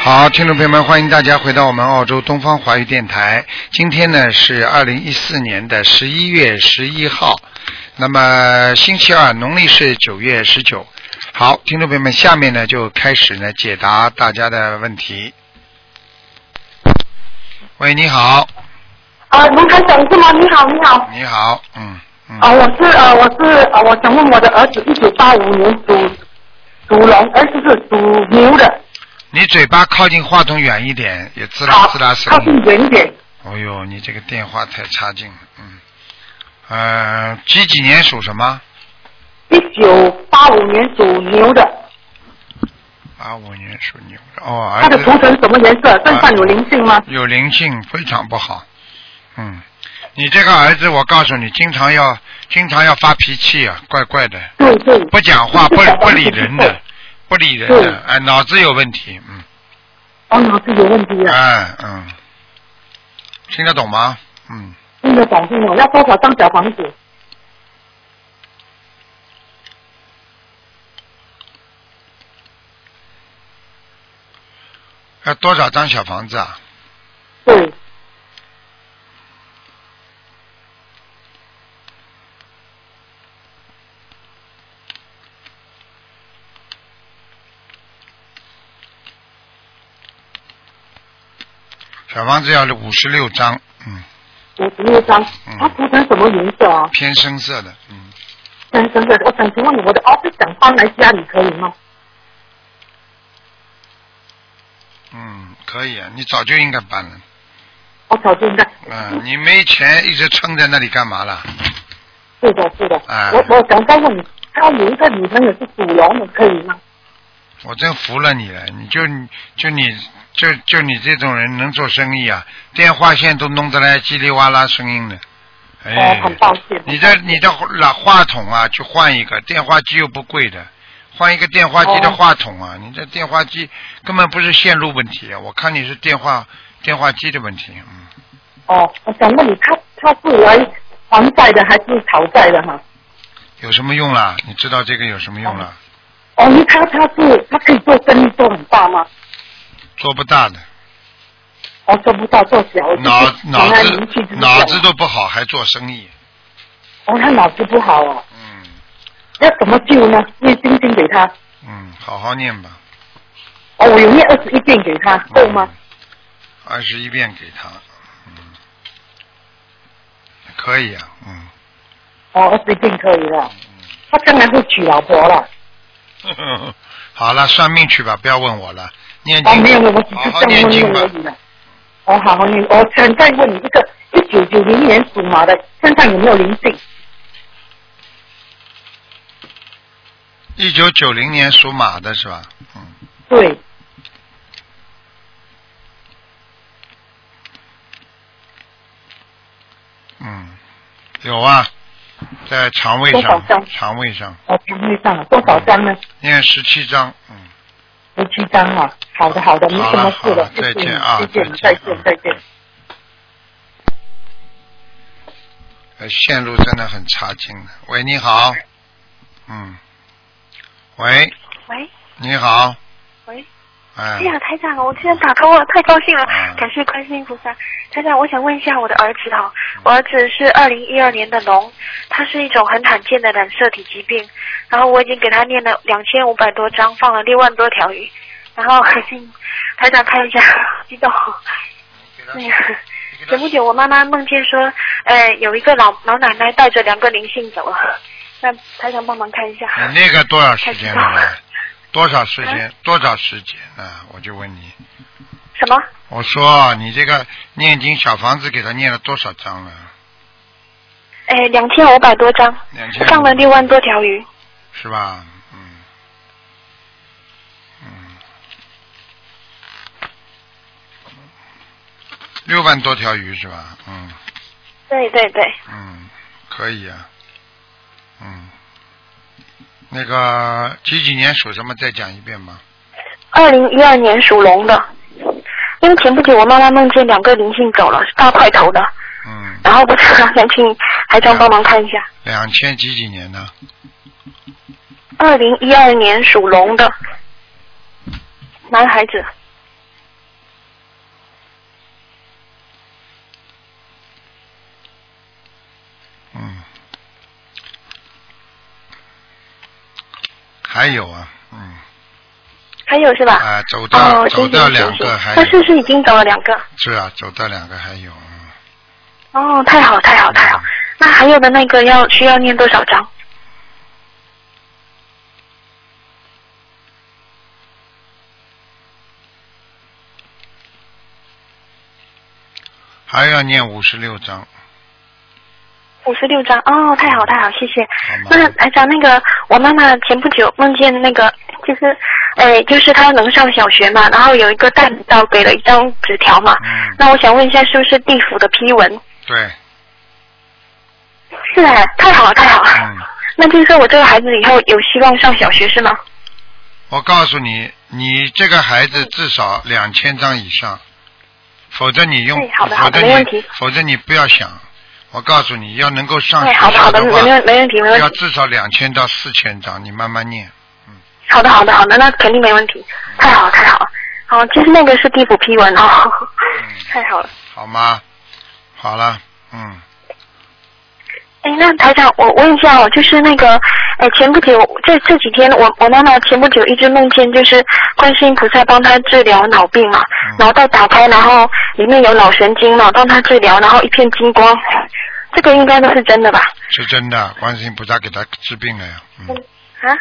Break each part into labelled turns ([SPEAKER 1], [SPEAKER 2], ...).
[SPEAKER 1] 好，听众朋友们，欢迎大家回到我们澳洲东方华语电台。今天呢是二零一四年的十一月十一号，那么星期二，农历是九月十九。好，听众朋友们，下面呢就开始呢解答大家的问题。喂，你好，
[SPEAKER 2] 啊，卢台长是吗？你好，你好。
[SPEAKER 1] 你好，嗯嗯，
[SPEAKER 2] 啊，我是呃，我是呃，我想问我的儿子，一九八五年属属龙，儿子是属牛的，
[SPEAKER 1] 你嘴巴靠近话筒远一点，也滋啦
[SPEAKER 2] 好
[SPEAKER 1] 滋啦声
[SPEAKER 2] 靠
[SPEAKER 1] 音
[SPEAKER 2] 近。远一点，
[SPEAKER 1] 哦呦，你这个电话太差劲了，嗯，呃，几几年属什么？
[SPEAKER 2] 一九八五年属牛的，
[SPEAKER 1] 八五年属牛的，哦，
[SPEAKER 2] 他
[SPEAKER 1] 儿
[SPEAKER 2] 的
[SPEAKER 1] 子啊
[SPEAKER 2] 图腾什么颜色？身上有灵性吗？
[SPEAKER 1] 有灵性，非常不好。嗯，你这个儿子，我告诉你，经常要经常要发脾气啊，怪怪的，
[SPEAKER 2] 对对，
[SPEAKER 1] 不讲话，不
[SPEAKER 2] 是的
[SPEAKER 1] 不理人的，不理人
[SPEAKER 2] 对
[SPEAKER 1] 的，哎，脑子有问题，嗯，
[SPEAKER 2] 哦，脑子有问题啊，
[SPEAKER 1] 哎，嗯，听得懂吗？嗯，
[SPEAKER 2] 听得懂听得懂，要多少张小房子？
[SPEAKER 1] 要多少张小房子啊？
[SPEAKER 2] 对，
[SPEAKER 1] 小房子要五十六张，嗯，
[SPEAKER 2] 五十六张
[SPEAKER 1] 嗯。
[SPEAKER 2] 他图腾什么颜色啊？
[SPEAKER 1] 偏深色的，嗯，
[SPEAKER 2] 真真的，我想请问我的 office 想搬来家里可以吗？
[SPEAKER 1] 嗯，可以啊，你早就应该搬了。
[SPEAKER 2] 我早就应该，
[SPEAKER 1] 嗯，你没钱一直撑在那里干嘛啦？
[SPEAKER 2] 是的，是的。
[SPEAKER 1] 哎
[SPEAKER 2] 我我想再问你，他有一个女朋友是属龙的，可以吗？
[SPEAKER 1] 我真服了你了，你就就你就就你这种人能做生意啊？电话线都弄得来叽里哇啦声音的，哎
[SPEAKER 2] 哦，，很抱歉。
[SPEAKER 1] 你的你的老话筒啊，去换一个，电话机又不贵的，换一个电话机的
[SPEAKER 2] 哦
[SPEAKER 1] 话筒啊，你这电话机根本不是线路问题，啊我看你是电话电话机的问题，嗯，
[SPEAKER 2] 哦，我想问你，他他是来还债的还是讨债的哈？
[SPEAKER 1] 有什么用啦？你知道这个有什么用啦？
[SPEAKER 2] 哦，因为他他是他可以做生意做很大吗？
[SPEAKER 1] 做不大的，
[SPEAKER 2] 哦，做不到做小，我就是
[SPEAKER 1] 脑脑
[SPEAKER 2] 想他
[SPEAKER 1] 子
[SPEAKER 2] 名气就是小
[SPEAKER 1] 脑子都不好，还做生意，
[SPEAKER 2] 哦，他脑子不好哦，
[SPEAKER 1] 嗯
[SPEAKER 2] 要怎么救呢？念心经给他，
[SPEAKER 1] 嗯，好好念吧。
[SPEAKER 2] 哦，我有念二十一遍给他，够
[SPEAKER 1] 嗯
[SPEAKER 2] 吗？
[SPEAKER 1] 二十一遍给他，嗯，可以啊，嗯，
[SPEAKER 2] 哦，二十一遍可以了。他将来会娶老婆了。
[SPEAKER 1] 好了，算命去吧，不要问我了，念
[SPEAKER 2] 哦，
[SPEAKER 1] 经，
[SPEAKER 2] 没有没有，我只
[SPEAKER 1] 好
[SPEAKER 2] 是
[SPEAKER 1] 好
[SPEAKER 2] 这
[SPEAKER 1] 念
[SPEAKER 2] 样
[SPEAKER 1] 经
[SPEAKER 2] 问
[SPEAKER 1] 吧
[SPEAKER 2] 问而已了。哦，好好念。我想再问你一个，一九九零年属马的身上有没有灵性？
[SPEAKER 1] 一九九零年属马的是吧？嗯，
[SPEAKER 2] 对，
[SPEAKER 1] 嗯，有啊，在肠胃
[SPEAKER 2] 多少
[SPEAKER 1] 上，
[SPEAKER 2] 张
[SPEAKER 1] 肠胃上
[SPEAKER 2] 哦，肠胃上了多少张呢？
[SPEAKER 1] 念十七章，嗯，
[SPEAKER 2] 十七张啊。好的，好的，没
[SPEAKER 1] 好
[SPEAKER 2] 什
[SPEAKER 1] 了
[SPEAKER 2] 么事
[SPEAKER 1] 好了
[SPEAKER 2] 谢谢
[SPEAKER 1] 再
[SPEAKER 2] 你
[SPEAKER 1] 见啊
[SPEAKER 2] 谢谢你，
[SPEAKER 1] 再
[SPEAKER 2] 再
[SPEAKER 1] 见
[SPEAKER 2] 见，再见。
[SPEAKER 1] 呃线路真的很差劲的。喂，你好，嗯，喂，
[SPEAKER 3] 喂
[SPEAKER 1] 你好，
[SPEAKER 3] 喂，
[SPEAKER 1] 哎
[SPEAKER 3] 哎，呀，台长，我居然打通了，太高兴了
[SPEAKER 1] 嗯，
[SPEAKER 3] 感谢观世音菩萨。台长，我想问一下我的儿子哈，我儿子是二零一二年的龙，他是一种很罕见的染色体疾病，然后我已经给他念了两千五百多章，放了六万多条鱼，然后可是台长看一下， 激动，哎
[SPEAKER 1] 给他
[SPEAKER 3] 那个。前不久我妈妈梦见说，呃，有一个老老奶奶带着两个灵性走了，那台长帮忙看一下。
[SPEAKER 1] 你那个多少时间
[SPEAKER 3] 太
[SPEAKER 1] 了？多少时间？多少时间啊？我就问你，
[SPEAKER 3] 什么？
[SPEAKER 1] 我说你这个念经小房子给他念了多少章了？
[SPEAKER 3] 哎，两千五百多张，
[SPEAKER 1] 2500
[SPEAKER 3] 上了六万多条鱼。
[SPEAKER 1] 是吧？嗯，嗯，六万多条鱼是吧？嗯
[SPEAKER 3] 对对对，
[SPEAKER 1] 嗯，可以啊。嗯，那个几几年属什么？再讲一遍吧。
[SPEAKER 3] 二零一二年属龙的，因为前不久我妈妈梦见两个灵性走了，是大块头的，
[SPEAKER 1] 嗯，
[SPEAKER 3] 然后我想想请台长帮忙看一下。
[SPEAKER 1] 两千几几年呢？
[SPEAKER 3] 二零一二年属龙的男孩子，
[SPEAKER 1] 还有啊，嗯
[SPEAKER 3] 还有是吧？
[SPEAKER 1] 啊，走掉、
[SPEAKER 3] 哦，
[SPEAKER 1] 走
[SPEAKER 3] 真
[SPEAKER 1] 掉
[SPEAKER 3] 是
[SPEAKER 1] 两
[SPEAKER 3] 真
[SPEAKER 1] 个
[SPEAKER 3] 是，
[SPEAKER 1] 还
[SPEAKER 3] 他
[SPEAKER 1] 有
[SPEAKER 3] 是是已经走了两个。
[SPEAKER 1] 是啊，走掉两个还有，嗯
[SPEAKER 3] 哦，太好太好太好。那还有的那个要需要念多少章？
[SPEAKER 1] 还要念五十六章，
[SPEAKER 3] 五十六章。哦，太好太好，谢谢。
[SPEAKER 1] 好吗？
[SPEAKER 3] 那台长，那个我妈妈前不久梦见那个，就是，哎，就是她能上小学嘛，然后有一个大领导给了一张纸条嘛。
[SPEAKER 1] 嗯，
[SPEAKER 3] 那我想问一下，是不是地府的批文？
[SPEAKER 1] 对，
[SPEAKER 3] 是啊，太好了，太好了。
[SPEAKER 1] 嗯，
[SPEAKER 3] 那就是说我这个孩子以后有希望上小学是吗？
[SPEAKER 1] 我告诉你，你这个孩
[SPEAKER 3] 嗯
[SPEAKER 1] 子至少两千张以上，否则你用
[SPEAKER 3] 哎，好的
[SPEAKER 1] 否
[SPEAKER 3] 好的
[SPEAKER 1] 则
[SPEAKER 3] 没问
[SPEAKER 1] 你
[SPEAKER 3] 题，
[SPEAKER 1] 否则你不要想。我告诉你要能够上
[SPEAKER 3] 哎，
[SPEAKER 1] 学
[SPEAKER 3] 好的好
[SPEAKER 1] 校
[SPEAKER 3] 的，没
[SPEAKER 1] 话，
[SPEAKER 3] 问没问题没问
[SPEAKER 1] 要
[SPEAKER 3] 题。
[SPEAKER 1] 至少两千到四千张，你慢慢念。
[SPEAKER 3] 好的好的好的，那肯定没问题。太好了太好了。哦，其实那个是地府批文哦，太好了。
[SPEAKER 1] 好吗？好了，嗯，
[SPEAKER 3] 哎，那台长，我问一下哦，就是那个，哎，前不久这这几天，我我妈妈前不久一直梦见，就是观世音菩萨帮她治疗脑病嘛，
[SPEAKER 1] 嗯
[SPEAKER 3] 脑袋打开，然后里面有脑神经嘛，帮她治疗，然后一片金光， 这个应该都是真的吧？
[SPEAKER 1] 是真的，观世音菩萨给他治病了呀，嗯，
[SPEAKER 3] 啊，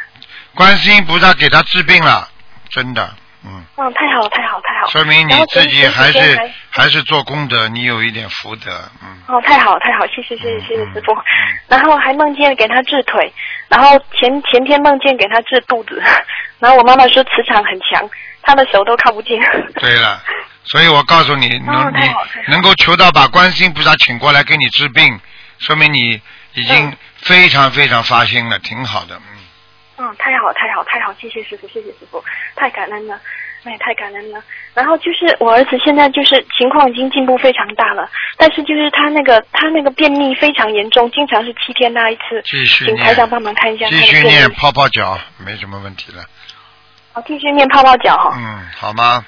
[SPEAKER 1] 观世音菩萨给他治病了，真的，嗯，
[SPEAKER 3] 嗯，太好了，太好了，太好了，
[SPEAKER 1] 说明你自己还
[SPEAKER 3] 然后前几
[SPEAKER 1] 是
[SPEAKER 3] 天
[SPEAKER 1] 还是做功德，你有一点福德，嗯，
[SPEAKER 3] 哦，太好了，太好了，谢谢谢谢谢谢
[SPEAKER 1] 嗯
[SPEAKER 3] 师傅
[SPEAKER 1] 嗯。
[SPEAKER 3] 然后还梦见给他治腿，然后前前天梦见给他治肚子， 然后我妈妈说磁场很强，她的手都看不 见。
[SPEAKER 1] 对了，所以我告诉你，能
[SPEAKER 3] 哦
[SPEAKER 1] 你
[SPEAKER 3] 太好太好
[SPEAKER 1] 能够求到把观世音菩萨请过来给你治病，说明你已经非常非常发心了，挺好的，嗯，
[SPEAKER 3] 嗯，太好，太好，太好，谢谢师傅，谢谢师傅，太感恩了，哎，太感恩了。然后就是我儿子现在就是情况已经进步非常大了，但是就是他那个他那个便秘非常严重，经常是七天拉一次。
[SPEAKER 1] 继续
[SPEAKER 3] 请台
[SPEAKER 1] 念
[SPEAKER 3] 长，帮忙看一下他
[SPEAKER 1] 继
[SPEAKER 3] 的
[SPEAKER 1] 续
[SPEAKER 3] 便
[SPEAKER 1] 念
[SPEAKER 3] 秘。
[SPEAKER 1] 泡泡脚，没什么问题了，
[SPEAKER 3] 哦，继续念泡泡脚哈、
[SPEAKER 1] 嗯，好吗？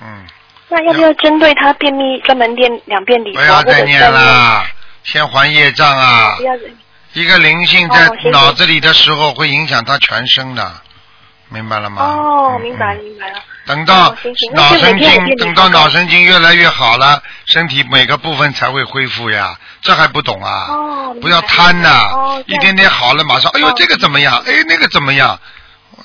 [SPEAKER 1] 嗯。
[SPEAKER 3] 那要不要针对他便秘专门练两遍礼
[SPEAKER 1] 不
[SPEAKER 3] 佛，
[SPEAKER 1] 要
[SPEAKER 3] 或者
[SPEAKER 1] 再
[SPEAKER 3] 是
[SPEAKER 1] 念啦，先还业障啊
[SPEAKER 3] 不！要
[SPEAKER 1] 一个灵性在
[SPEAKER 3] 哦谢谢
[SPEAKER 1] 脑子里的时候，会影响他全身的，明白了吗？
[SPEAKER 3] 哦，
[SPEAKER 1] 嗯
[SPEAKER 3] 明白
[SPEAKER 1] 嗯
[SPEAKER 3] 明白了。
[SPEAKER 1] 等到
[SPEAKER 3] 哦行行
[SPEAKER 1] 脑
[SPEAKER 3] 那就
[SPEAKER 1] 神
[SPEAKER 3] 每天
[SPEAKER 1] 经
[SPEAKER 3] 我，
[SPEAKER 1] 等
[SPEAKER 3] 念
[SPEAKER 1] 到
[SPEAKER 3] 你说
[SPEAKER 1] 脑神经越来越好了，身体每个部分才会恢复呀，这还不懂啊？
[SPEAKER 3] 哦，
[SPEAKER 1] 不要贪呐、
[SPEAKER 3] 哦这
[SPEAKER 1] 一
[SPEAKER 3] 样
[SPEAKER 1] 点点好了，马上哎呦
[SPEAKER 3] 哦
[SPEAKER 1] 这个怎么样？哎那个怎么样？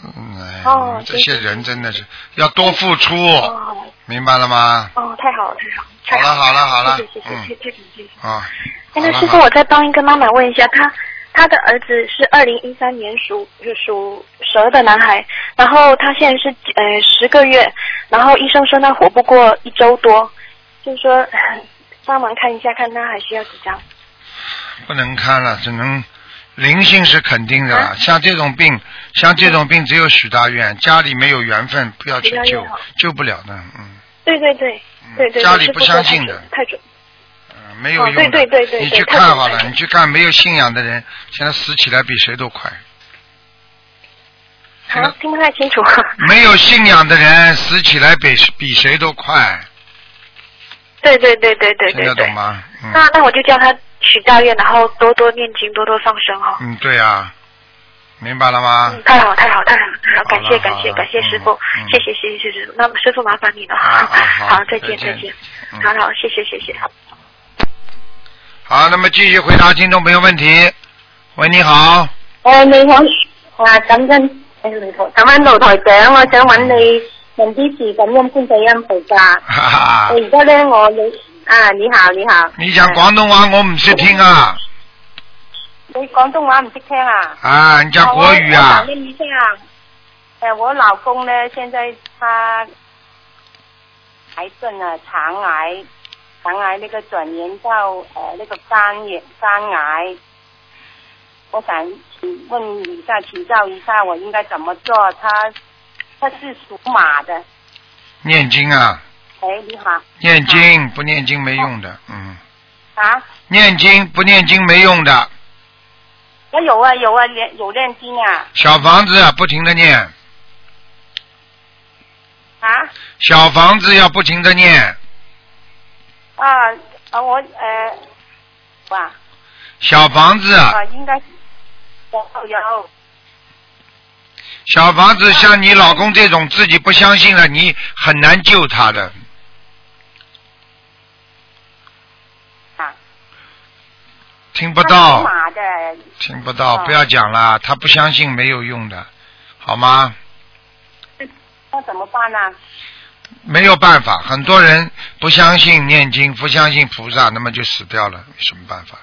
[SPEAKER 1] 嗯，哎，
[SPEAKER 3] 哦
[SPEAKER 1] 这
[SPEAKER 3] 行
[SPEAKER 1] 些
[SPEAKER 3] 行
[SPEAKER 1] 人真的是要多付出，
[SPEAKER 3] 哦
[SPEAKER 1] 明白了吗？
[SPEAKER 3] 哦，太好了太
[SPEAKER 1] 好了
[SPEAKER 3] 好
[SPEAKER 1] 好了好了
[SPEAKER 3] 太谢谢谢谢太
[SPEAKER 1] 嗯
[SPEAKER 3] 太感谢了。
[SPEAKER 1] 啊，
[SPEAKER 3] 哎，
[SPEAKER 1] 好
[SPEAKER 3] 那
[SPEAKER 1] 了
[SPEAKER 3] 师
[SPEAKER 1] 好
[SPEAKER 3] 傅，
[SPEAKER 1] 了
[SPEAKER 3] 我再帮一个妈妈问一下，她她的儿子是二零一三年属就属蛇的男孩，然后他现在是呃十个月，然后医生说他活不过一周多，就是说呃帮忙看一下，看他还需要几张。
[SPEAKER 1] 不能看了，只能灵性是肯定的
[SPEAKER 3] 啊
[SPEAKER 1] 了。像这种病，像这种病只有许大愿，家里没有缘分不要去
[SPEAKER 3] 许大愿
[SPEAKER 1] 救
[SPEAKER 3] 好，
[SPEAKER 1] 救不了的，嗯
[SPEAKER 3] 对对对对对，
[SPEAKER 1] 家里
[SPEAKER 3] 师
[SPEAKER 1] 不
[SPEAKER 3] 傅说太
[SPEAKER 1] 相信
[SPEAKER 3] 准
[SPEAKER 1] 的
[SPEAKER 3] 太准。
[SPEAKER 1] 嗯，没有
[SPEAKER 3] 哦
[SPEAKER 1] 用
[SPEAKER 3] 对
[SPEAKER 1] 的。
[SPEAKER 3] 对对对
[SPEAKER 1] 你
[SPEAKER 3] 对
[SPEAKER 1] 去
[SPEAKER 3] 太
[SPEAKER 1] 看
[SPEAKER 3] 准
[SPEAKER 1] 好
[SPEAKER 3] 太
[SPEAKER 1] 了，
[SPEAKER 3] 准
[SPEAKER 1] 你去看没有信仰的人，现在死起来比谁都快。现在
[SPEAKER 3] 好，听不太清楚。
[SPEAKER 1] 嗯没有信仰的人死起来比比谁都快，
[SPEAKER 3] 对对对对对
[SPEAKER 1] 听
[SPEAKER 3] 对
[SPEAKER 1] 得
[SPEAKER 3] 对
[SPEAKER 1] 懂。吗？嗯
[SPEAKER 3] 那那我就叫他许大愿，然后多多念经，多多放生哦。
[SPEAKER 1] 嗯，对啊，明白了吗？
[SPEAKER 3] 嗯太好太好太好太好！感
[SPEAKER 1] 好
[SPEAKER 3] 谢
[SPEAKER 1] 了
[SPEAKER 3] 感
[SPEAKER 1] 好
[SPEAKER 3] 谢
[SPEAKER 1] 了
[SPEAKER 3] 感谢师傅
[SPEAKER 1] 嗯嗯，
[SPEAKER 3] 谢谢谢谢谢谢。那么师傅麻烦你了，
[SPEAKER 1] 啊啊好
[SPEAKER 3] 好再见
[SPEAKER 1] 再见
[SPEAKER 3] 再见
[SPEAKER 1] 嗯，
[SPEAKER 3] 好好谢谢谢谢。
[SPEAKER 1] 好，那么继续回答听众朋友问题。喂，你好，
[SPEAKER 4] 诶，
[SPEAKER 3] 嗯
[SPEAKER 4] 你好，啊，感恩诶，卢台，感恩卢台長，我想揾你問啲事，感恩觀世音菩薩。
[SPEAKER 1] 哈哈
[SPEAKER 4] 我，
[SPEAKER 3] 嗯
[SPEAKER 4] 而家咧，我有啊，你好，你好。
[SPEAKER 1] 啊 你讲广东话我唔识听啊。
[SPEAKER 4] 你廣東話唔識聽啊？
[SPEAKER 3] 嗯
[SPEAKER 1] 啊，你讲国语
[SPEAKER 4] 我我
[SPEAKER 1] 啊
[SPEAKER 4] 講？俾你聽啊。誒，我老公咧，現在他呃癌症啊，腸癌，腸癌那個轉移到誒、呃、那個肝炎肝癌。我想請問一下，請教一下，我應該怎麼做？他他是屬馬的。
[SPEAKER 1] 念经啊，
[SPEAKER 4] 誒，你好。
[SPEAKER 1] 念
[SPEAKER 3] 嗯
[SPEAKER 1] 经不念经没用的，嗯，
[SPEAKER 4] 啊，
[SPEAKER 1] 念经不念经没用的，
[SPEAKER 4] 我有啊有啊，練有練經啊
[SPEAKER 1] 小房子啊不停的念，
[SPEAKER 4] 啊
[SPEAKER 1] 小房子要不停的念，
[SPEAKER 4] 啊啊！我誒，哇、
[SPEAKER 1] 小房子啊
[SPEAKER 4] 啊，应该有有
[SPEAKER 1] 小房子像你老公这种自己不相信了，你很难救他的。
[SPEAKER 4] 啊，
[SPEAKER 1] 听不
[SPEAKER 4] 他属
[SPEAKER 1] 到，
[SPEAKER 4] 马的，
[SPEAKER 1] 听不到，
[SPEAKER 4] 哦
[SPEAKER 1] 不要讲了，他不相信没有用的，好吗？
[SPEAKER 4] 那怎么办呢、
[SPEAKER 1] 没有办法，很多人不相信念经，不相信菩萨，那么就死掉了，有什么办法？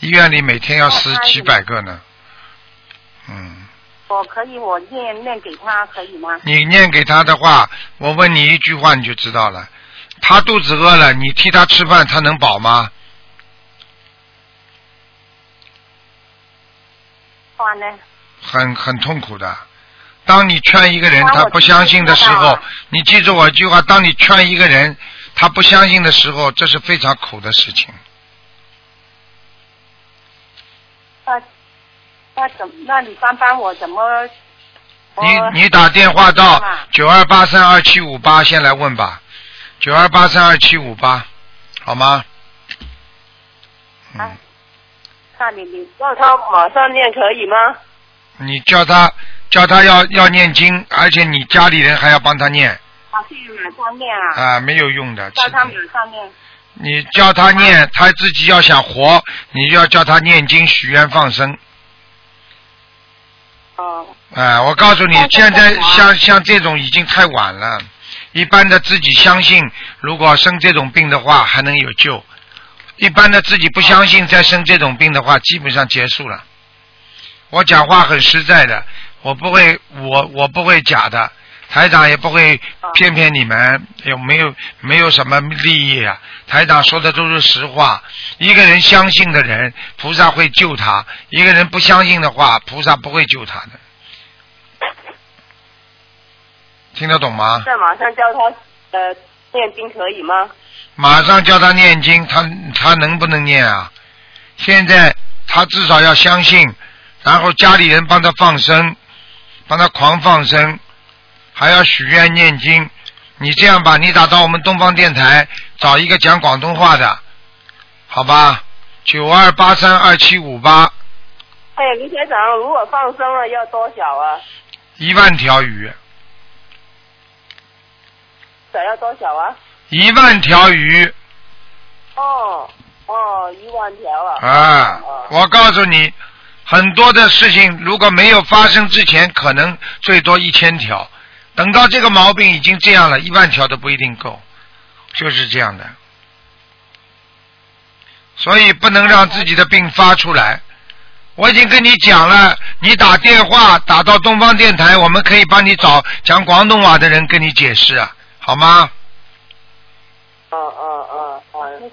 [SPEAKER 1] 医院里每天要死
[SPEAKER 4] 哦哎
[SPEAKER 1] 几百个呢。嗯，
[SPEAKER 4] 我可以我念念给他可以吗？
[SPEAKER 1] 你念给他的话，我问你一句话你就知道了。他肚子饿了，你替他吃饭，他能饱吗？
[SPEAKER 4] 话呢？
[SPEAKER 1] 很很痛苦的。当你劝一个人
[SPEAKER 4] 那我
[SPEAKER 1] 他不相信的时
[SPEAKER 4] 知道
[SPEAKER 1] 候
[SPEAKER 4] 了，
[SPEAKER 1] 你记住我一句话：当你劝一个人他不相信的时候，这是非常苦的事情。
[SPEAKER 4] 那那怎么那你帮帮我怎么？我
[SPEAKER 1] 你你打电话到
[SPEAKER 4] 知道了
[SPEAKER 1] 九二八三二七五八先来问吧，九二八三二七五八，好吗？嗯
[SPEAKER 4] 啊，那你你
[SPEAKER 5] 让他马上念可以吗？
[SPEAKER 1] 你叫他叫他要要念经，而且你家里人还要帮他念
[SPEAKER 4] 他啊去马上念啊，
[SPEAKER 1] 啊，没有用的。
[SPEAKER 4] 叫他
[SPEAKER 1] 其
[SPEAKER 4] 马
[SPEAKER 1] 实
[SPEAKER 4] 上念。
[SPEAKER 1] 你叫他念，他自己要想活，你就要叫他念经、许愿、放生。
[SPEAKER 4] 哦，
[SPEAKER 1] 哎，我告诉你
[SPEAKER 4] 放，生
[SPEAKER 1] 现在
[SPEAKER 4] 干嘛
[SPEAKER 1] 像像这种已经太晚了。一般的自己相信，如果生这种病的话还能有救；一般的自己不相信，再生这种病的话，基本上结束了。我讲话很实在的，我不会，我我不会假的，台长也不会骗骗你们，有没有没有什么利益啊？台长说的都是实话。一个人相信的人，菩萨会救他；一个人不相信的话，菩萨不会救他的。听得懂吗？
[SPEAKER 5] 那马上叫他呃念经可以吗？
[SPEAKER 1] 马上叫他念经，他他能不能念啊？现在他至少要相信，然后家里人帮他放生，帮他狂放生，还要许愿念经。你这样吧，你打到我们东方电台找一个讲广东话的，好吧？九二八三二七五八，
[SPEAKER 5] 哎，卢学长，如果放生了要多少啊？
[SPEAKER 1] 一万条鱼，
[SPEAKER 5] 少要多少啊？
[SPEAKER 1] 一万条鱼
[SPEAKER 5] 哦哦，一万条啊！
[SPEAKER 1] 啊！我告诉你，很多的事情如果没有发生之前，可能最多一千条。等到这个毛病已经这样了，一万条都不一定够，就是这样的。所以不能让自己的病发出来。我已经跟你讲了，你打电话打到东方电台，我们可以帮你找讲广东话的人跟你解释啊，好吗？
[SPEAKER 5] 嗯嗯嗯嗯。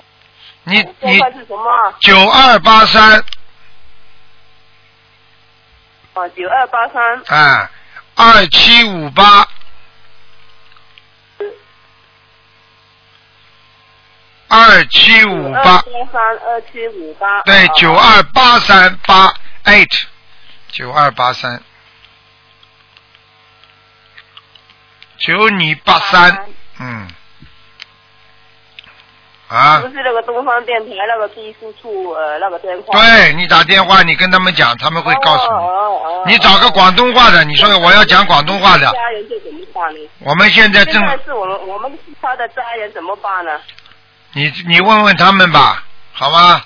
[SPEAKER 1] 你
[SPEAKER 5] 电
[SPEAKER 1] 你
[SPEAKER 5] 话是什么？
[SPEAKER 1] 九二八三
[SPEAKER 5] 哦，九二八三
[SPEAKER 1] 啊，二七五八二七五八，
[SPEAKER 5] 二三二七五八。
[SPEAKER 1] 对，
[SPEAKER 5] 哦
[SPEAKER 1] 九。二八三八 eight，九二八三，九你八三，嗯，啊
[SPEAKER 5] 不，是那个东方电台那个秘书处呃那个电话。
[SPEAKER 1] 对你打电话，你跟他们讲，他们会告诉你。
[SPEAKER 5] 哦
[SPEAKER 1] 你找个广东话的，你说我要讲广东话的，
[SPEAKER 5] 家人就怎么办呢？
[SPEAKER 1] 我们现在
[SPEAKER 5] 现
[SPEAKER 1] 正
[SPEAKER 5] 在是我们我们是他的家人怎么办呢？
[SPEAKER 1] 你你问问他们吧，好吗？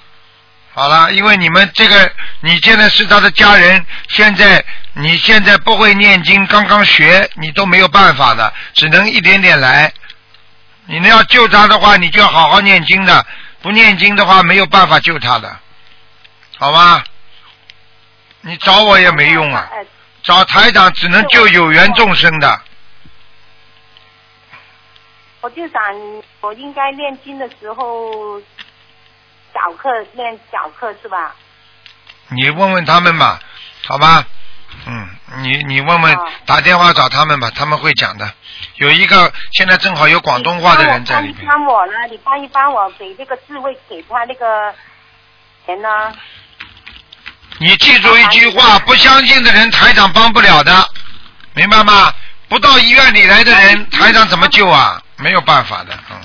[SPEAKER 1] 好了，因为你们这个，你现在是他的家人，现在你现在不会念经，刚刚学，你都没有办法的，只能一点点来。你要救他的话，你就要好好念经的，不念经的话没有办法救他的，好吗？你找我也没用啊，
[SPEAKER 5] 哎
[SPEAKER 1] 找台长只能救有缘众生的。
[SPEAKER 4] 我就想我应该念经的时候，早课念早课是吧？
[SPEAKER 1] 你问问他们吧，好吧？嗯，你你问问
[SPEAKER 4] 好，
[SPEAKER 1] 打电话找他们吧，他们会讲的。有一个现在正好有广东话的人在里
[SPEAKER 4] 你
[SPEAKER 1] 面，
[SPEAKER 4] 帮我呢，你帮一帮我给这个智慧给他那个钱呢？
[SPEAKER 1] 你记住一句话：不相信的人，台长帮不了的，明白吗？不到医院里来的人，台长怎么救啊？没有办法的，嗯。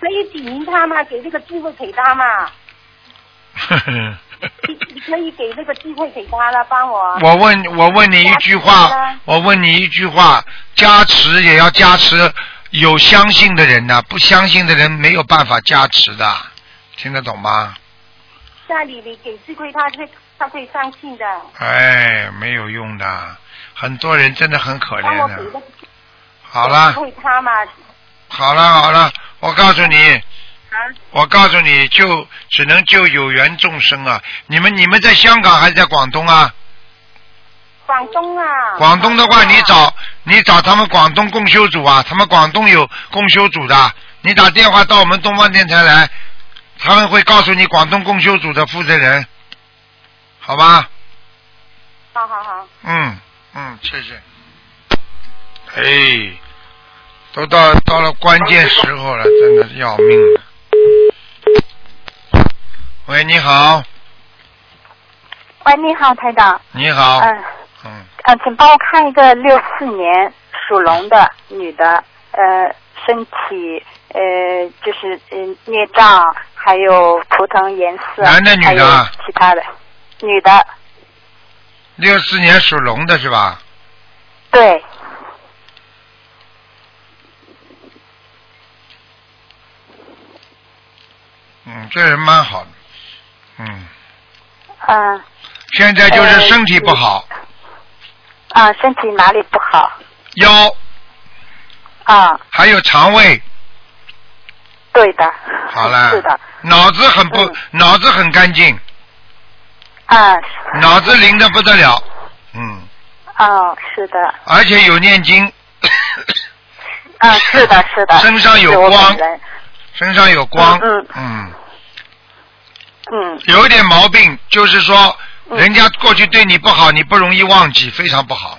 [SPEAKER 4] 可以指明他嘛，给这个智慧给他嘛。
[SPEAKER 1] 呵呵，
[SPEAKER 4] 你你可以给那个机会给他了，帮我。
[SPEAKER 1] 我问我问你一句
[SPEAKER 4] 加持
[SPEAKER 1] 话
[SPEAKER 4] 呢，
[SPEAKER 1] 我问你一句话，加持也要加持有相信的人呐、不相信的人没有办法加持的，听得懂吗？
[SPEAKER 4] 家里你给机会他会他会相信的。
[SPEAKER 1] 哎，没有用的，很多人真的很可
[SPEAKER 4] 帮我
[SPEAKER 1] 怜啊
[SPEAKER 4] 给
[SPEAKER 1] 的。
[SPEAKER 4] 个
[SPEAKER 1] 好了
[SPEAKER 4] 机，会他嘛，
[SPEAKER 1] 好了，好了，我告诉你，我告诉你就只能救有缘众生啊！你们你们在香港还是在广东啊？
[SPEAKER 4] 广东啊。
[SPEAKER 1] 广东的话，
[SPEAKER 4] 啊
[SPEAKER 1] 你找你找他们广东共修组啊，他们广东有共修组的，你打电话到我们东方电台来，他们会告诉你广东共修组的负责人，好吧？
[SPEAKER 4] 好好好，
[SPEAKER 1] 嗯嗯，谢谢。哎，都到到了关键时候了，真的是要命了。喂，你好，
[SPEAKER 6] 喂，哎你好，台长。
[SPEAKER 1] 你好，
[SPEAKER 6] 嗯、
[SPEAKER 1] 嗯，
[SPEAKER 6] 呃，请帮我看一个六四年属龙的女的，呃，身体呃就是嗯、孽障，还有图腾颜色，
[SPEAKER 1] 男的女的啊
[SPEAKER 6] 还有其他的，女的，
[SPEAKER 1] 六四年属龙的是吧？
[SPEAKER 6] 对，
[SPEAKER 1] 嗯，这人蛮好的，嗯，
[SPEAKER 6] 嗯、
[SPEAKER 1] 现在就是
[SPEAKER 6] 哎
[SPEAKER 1] 身体不好，
[SPEAKER 6] 啊、身体哪里不好？
[SPEAKER 1] 腰
[SPEAKER 6] 啊、
[SPEAKER 1] 还有肠胃，
[SPEAKER 6] 对的，
[SPEAKER 1] 好了，
[SPEAKER 6] 是的，
[SPEAKER 1] 脑子很不，
[SPEAKER 6] 嗯
[SPEAKER 1] 脑子很干净，
[SPEAKER 6] 啊、
[SPEAKER 1] 脑子灵的不得了，嗯，
[SPEAKER 6] 哦，是的，
[SPEAKER 1] 而且有念经，
[SPEAKER 6] 啊、是的，是的，
[SPEAKER 1] 身上有
[SPEAKER 6] 是我本
[SPEAKER 1] 光
[SPEAKER 6] 人
[SPEAKER 1] 身上有光，
[SPEAKER 6] 嗯
[SPEAKER 1] 嗯，
[SPEAKER 6] 嗯，
[SPEAKER 1] 有一点毛病，就是说
[SPEAKER 6] 嗯
[SPEAKER 1] 人家过去对你不好，你不容易忘记，非常不好。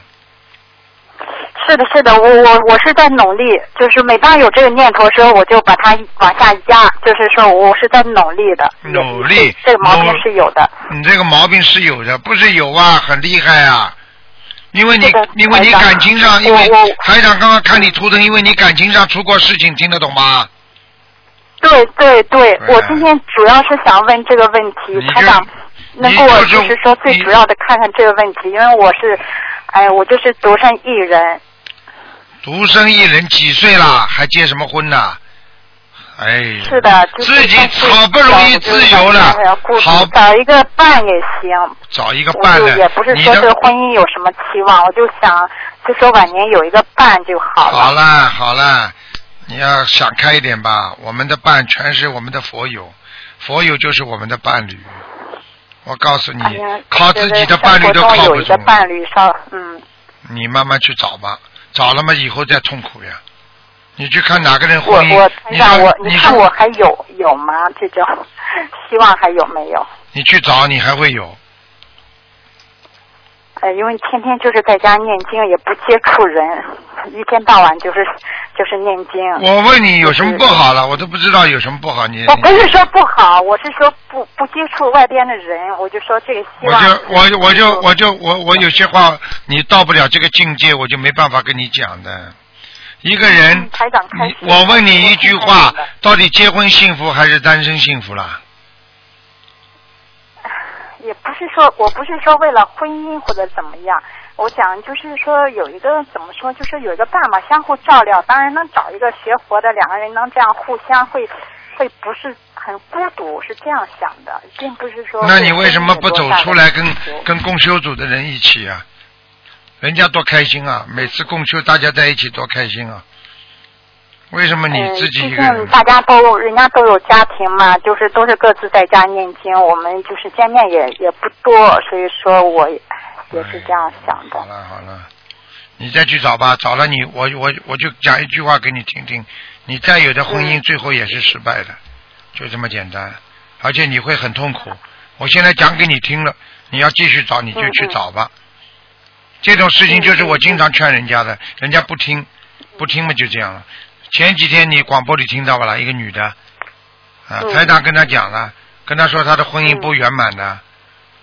[SPEAKER 6] 是的，是的，我我我是在努力，就是每当有这个念头的时候，我就把它往下压，就是说我是在努力的，也
[SPEAKER 1] 努力
[SPEAKER 6] 这个毛病
[SPEAKER 1] 努
[SPEAKER 6] 是有的，
[SPEAKER 1] 你这个毛病是有的，不是有啊，很厉害啊。因为你
[SPEAKER 6] 是的，
[SPEAKER 1] 因为
[SPEAKER 6] 台
[SPEAKER 1] 你
[SPEAKER 6] 长
[SPEAKER 1] 感情上，因
[SPEAKER 6] 我
[SPEAKER 1] 为
[SPEAKER 6] 我
[SPEAKER 1] 台长刚刚看你图腾，因为你感情上出过事情，听得懂吗？
[SPEAKER 6] 对对对
[SPEAKER 1] 哎，
[SPEAKER 6] 我今天主要是想问这个问题
[SPEAKER 1] 你，
[SPEAKER 6] 台
[SPEAKER 1] 就
[SPEAKER 6] 长能
[SPEAKER 1] 你
[SPEAKER 6] 给我
[SPEAKER 1] 就
[SPEAKER 6] 就是是说最
[SPEAKER 1] 你
[SPEAKER 6] 主要的看看这个问题，因为我是，哎，我就是独身一人，
[SPEAKER 1] 独身一人几岁啦，还结什么婚呐？哎，
[SPEAKER 6] 是的，就是
[SPEAKER 1] 自己
[SPEAKER 6] 干脆
[SPEAKER 1] 好不容易
[SPEAKER 6] 找
[SPEAKER 1] 自由了
[SPEAKER 6] 我就想要顾，及
[SPEAKER 1] 好
[SPEAKER 6] 找一个伴也行，
[SPEAKER 1] 找一个
[SPEAKER 6] 我
[SPEAKER 1] 伴
[SPEAKER 6] 就
[SPEAKER 1] 了
[SPEAKER 6] 也不是，
[SPEAKER 1] 你
[SPEAKER 6] 说对
[SPEAKER 1] 的
[SPEAKER 6] 婚姻有什么期望，我就想就说晚年有一个伴就好了。
[SPEAKER 1] 好了好了，你要想开一点吧。我们的伴全是我们的佛友，佛友就是我们的伴侣。我告诉你
[SPEAKER 6] 哎呀，
[SPEAKER 1] 靠自己的伴侣都
[SPEAKER 6] 生活
[SPEAKER 1] 靠
[SPEAKER 6] 中有
[SPEAKER 1] 不
[SPEAKER 6] 一
[SPEAKER 1] 住
[SPEAKER 6] 个。伴侣上，嗯，
[SPEAKER 1] 你慢慢去找吧，找了嘛以后再痛苦呀。你去看哪个人
[SPEAKER 6] 我
[SPEAKER 1] 婚
[SPEAKER 6] 我
[SPEAKER 1] 姻，
[SPEAKER 6] 台
[SPEAKER 1] 你
[SPEAKER 6] 长，我
[SPEAKER 1] 你
[SPEAKER 6] 你看我还有有吗？这种希望还有没有？
[SPEAKER 1] 你去找你还会有。
[SPEAKER 6] 呃，因为天天就是在家念经，也不接触人，一天到晚就是就是念经。
[SPEAKER 1] 我问你有什么不好了，我都不知道有什么不好。你
[SPEAKER 6] 我
[SPEAKER 1] 你
[SPEAKER 6] 不是说不好，我是说不不接触外边的人，我就说这个希
[SPEAKER 1] 我
[SPEAKER 6] 望。
[SPEAKER 1] 就我就我就我就我我有些话你到不了这个境界，我就没办法跟你讲的。一个人
[SPEAKER 6] 嗯，台长开
[SPEAKER 1] 你
[SPEAKER 6] 始
[SPEAKER 1] 我问你一句话
[SPEAKER 6] 我听到你的，
[SPEAKER 1] 到底结婚幸福还是单身幸福啦？
[SPEAKER 6] 也不是说我不是说为了婚姻或者怎么样，我想就是说有一个怎么说，就是有一个爸爸相互照料，当然能找一个学佛的，两个人能这样互相会会不是很孤独，是这样想的，并不是说。
[SPEAKER 1] 那你为什么不走出来跟
[SPEAKER 6] 跟？
[SPEAKER 1] 跟共修组的人一起啊？人家多开心啊！每次共修大家在一起多开心啊！为什么你自己
[SPEAKER 6] 嗯，
[SPEAKER 1] 一
[SPEAKER 6] 毕
[SPEAKER 1] 个人
[SPEAKER 6] 竟？大家都人家都有家庭嘛，就是都是各自在家念经，我们就是见面也也不多，所以说我也也是这样想的
[SPEAKER 1] 好。了哎好了，你再去找吧，找了你，我我我就讲一句话给你听听，你再有的婚姻最后也是失败的，就这么简单，而且你会很痛苦。我现在讲给你听了，你要继续找你就去找吧。这种事情就是我经常劝人家的，人家不听，不听嘛就这样了。前几天你广播里听到吧啦，一个女的，啊，
[SPEAKER 6] 嗯
[SPEAKER 1] 台长跟她讲了，跟她说她的婚姻不圆满的，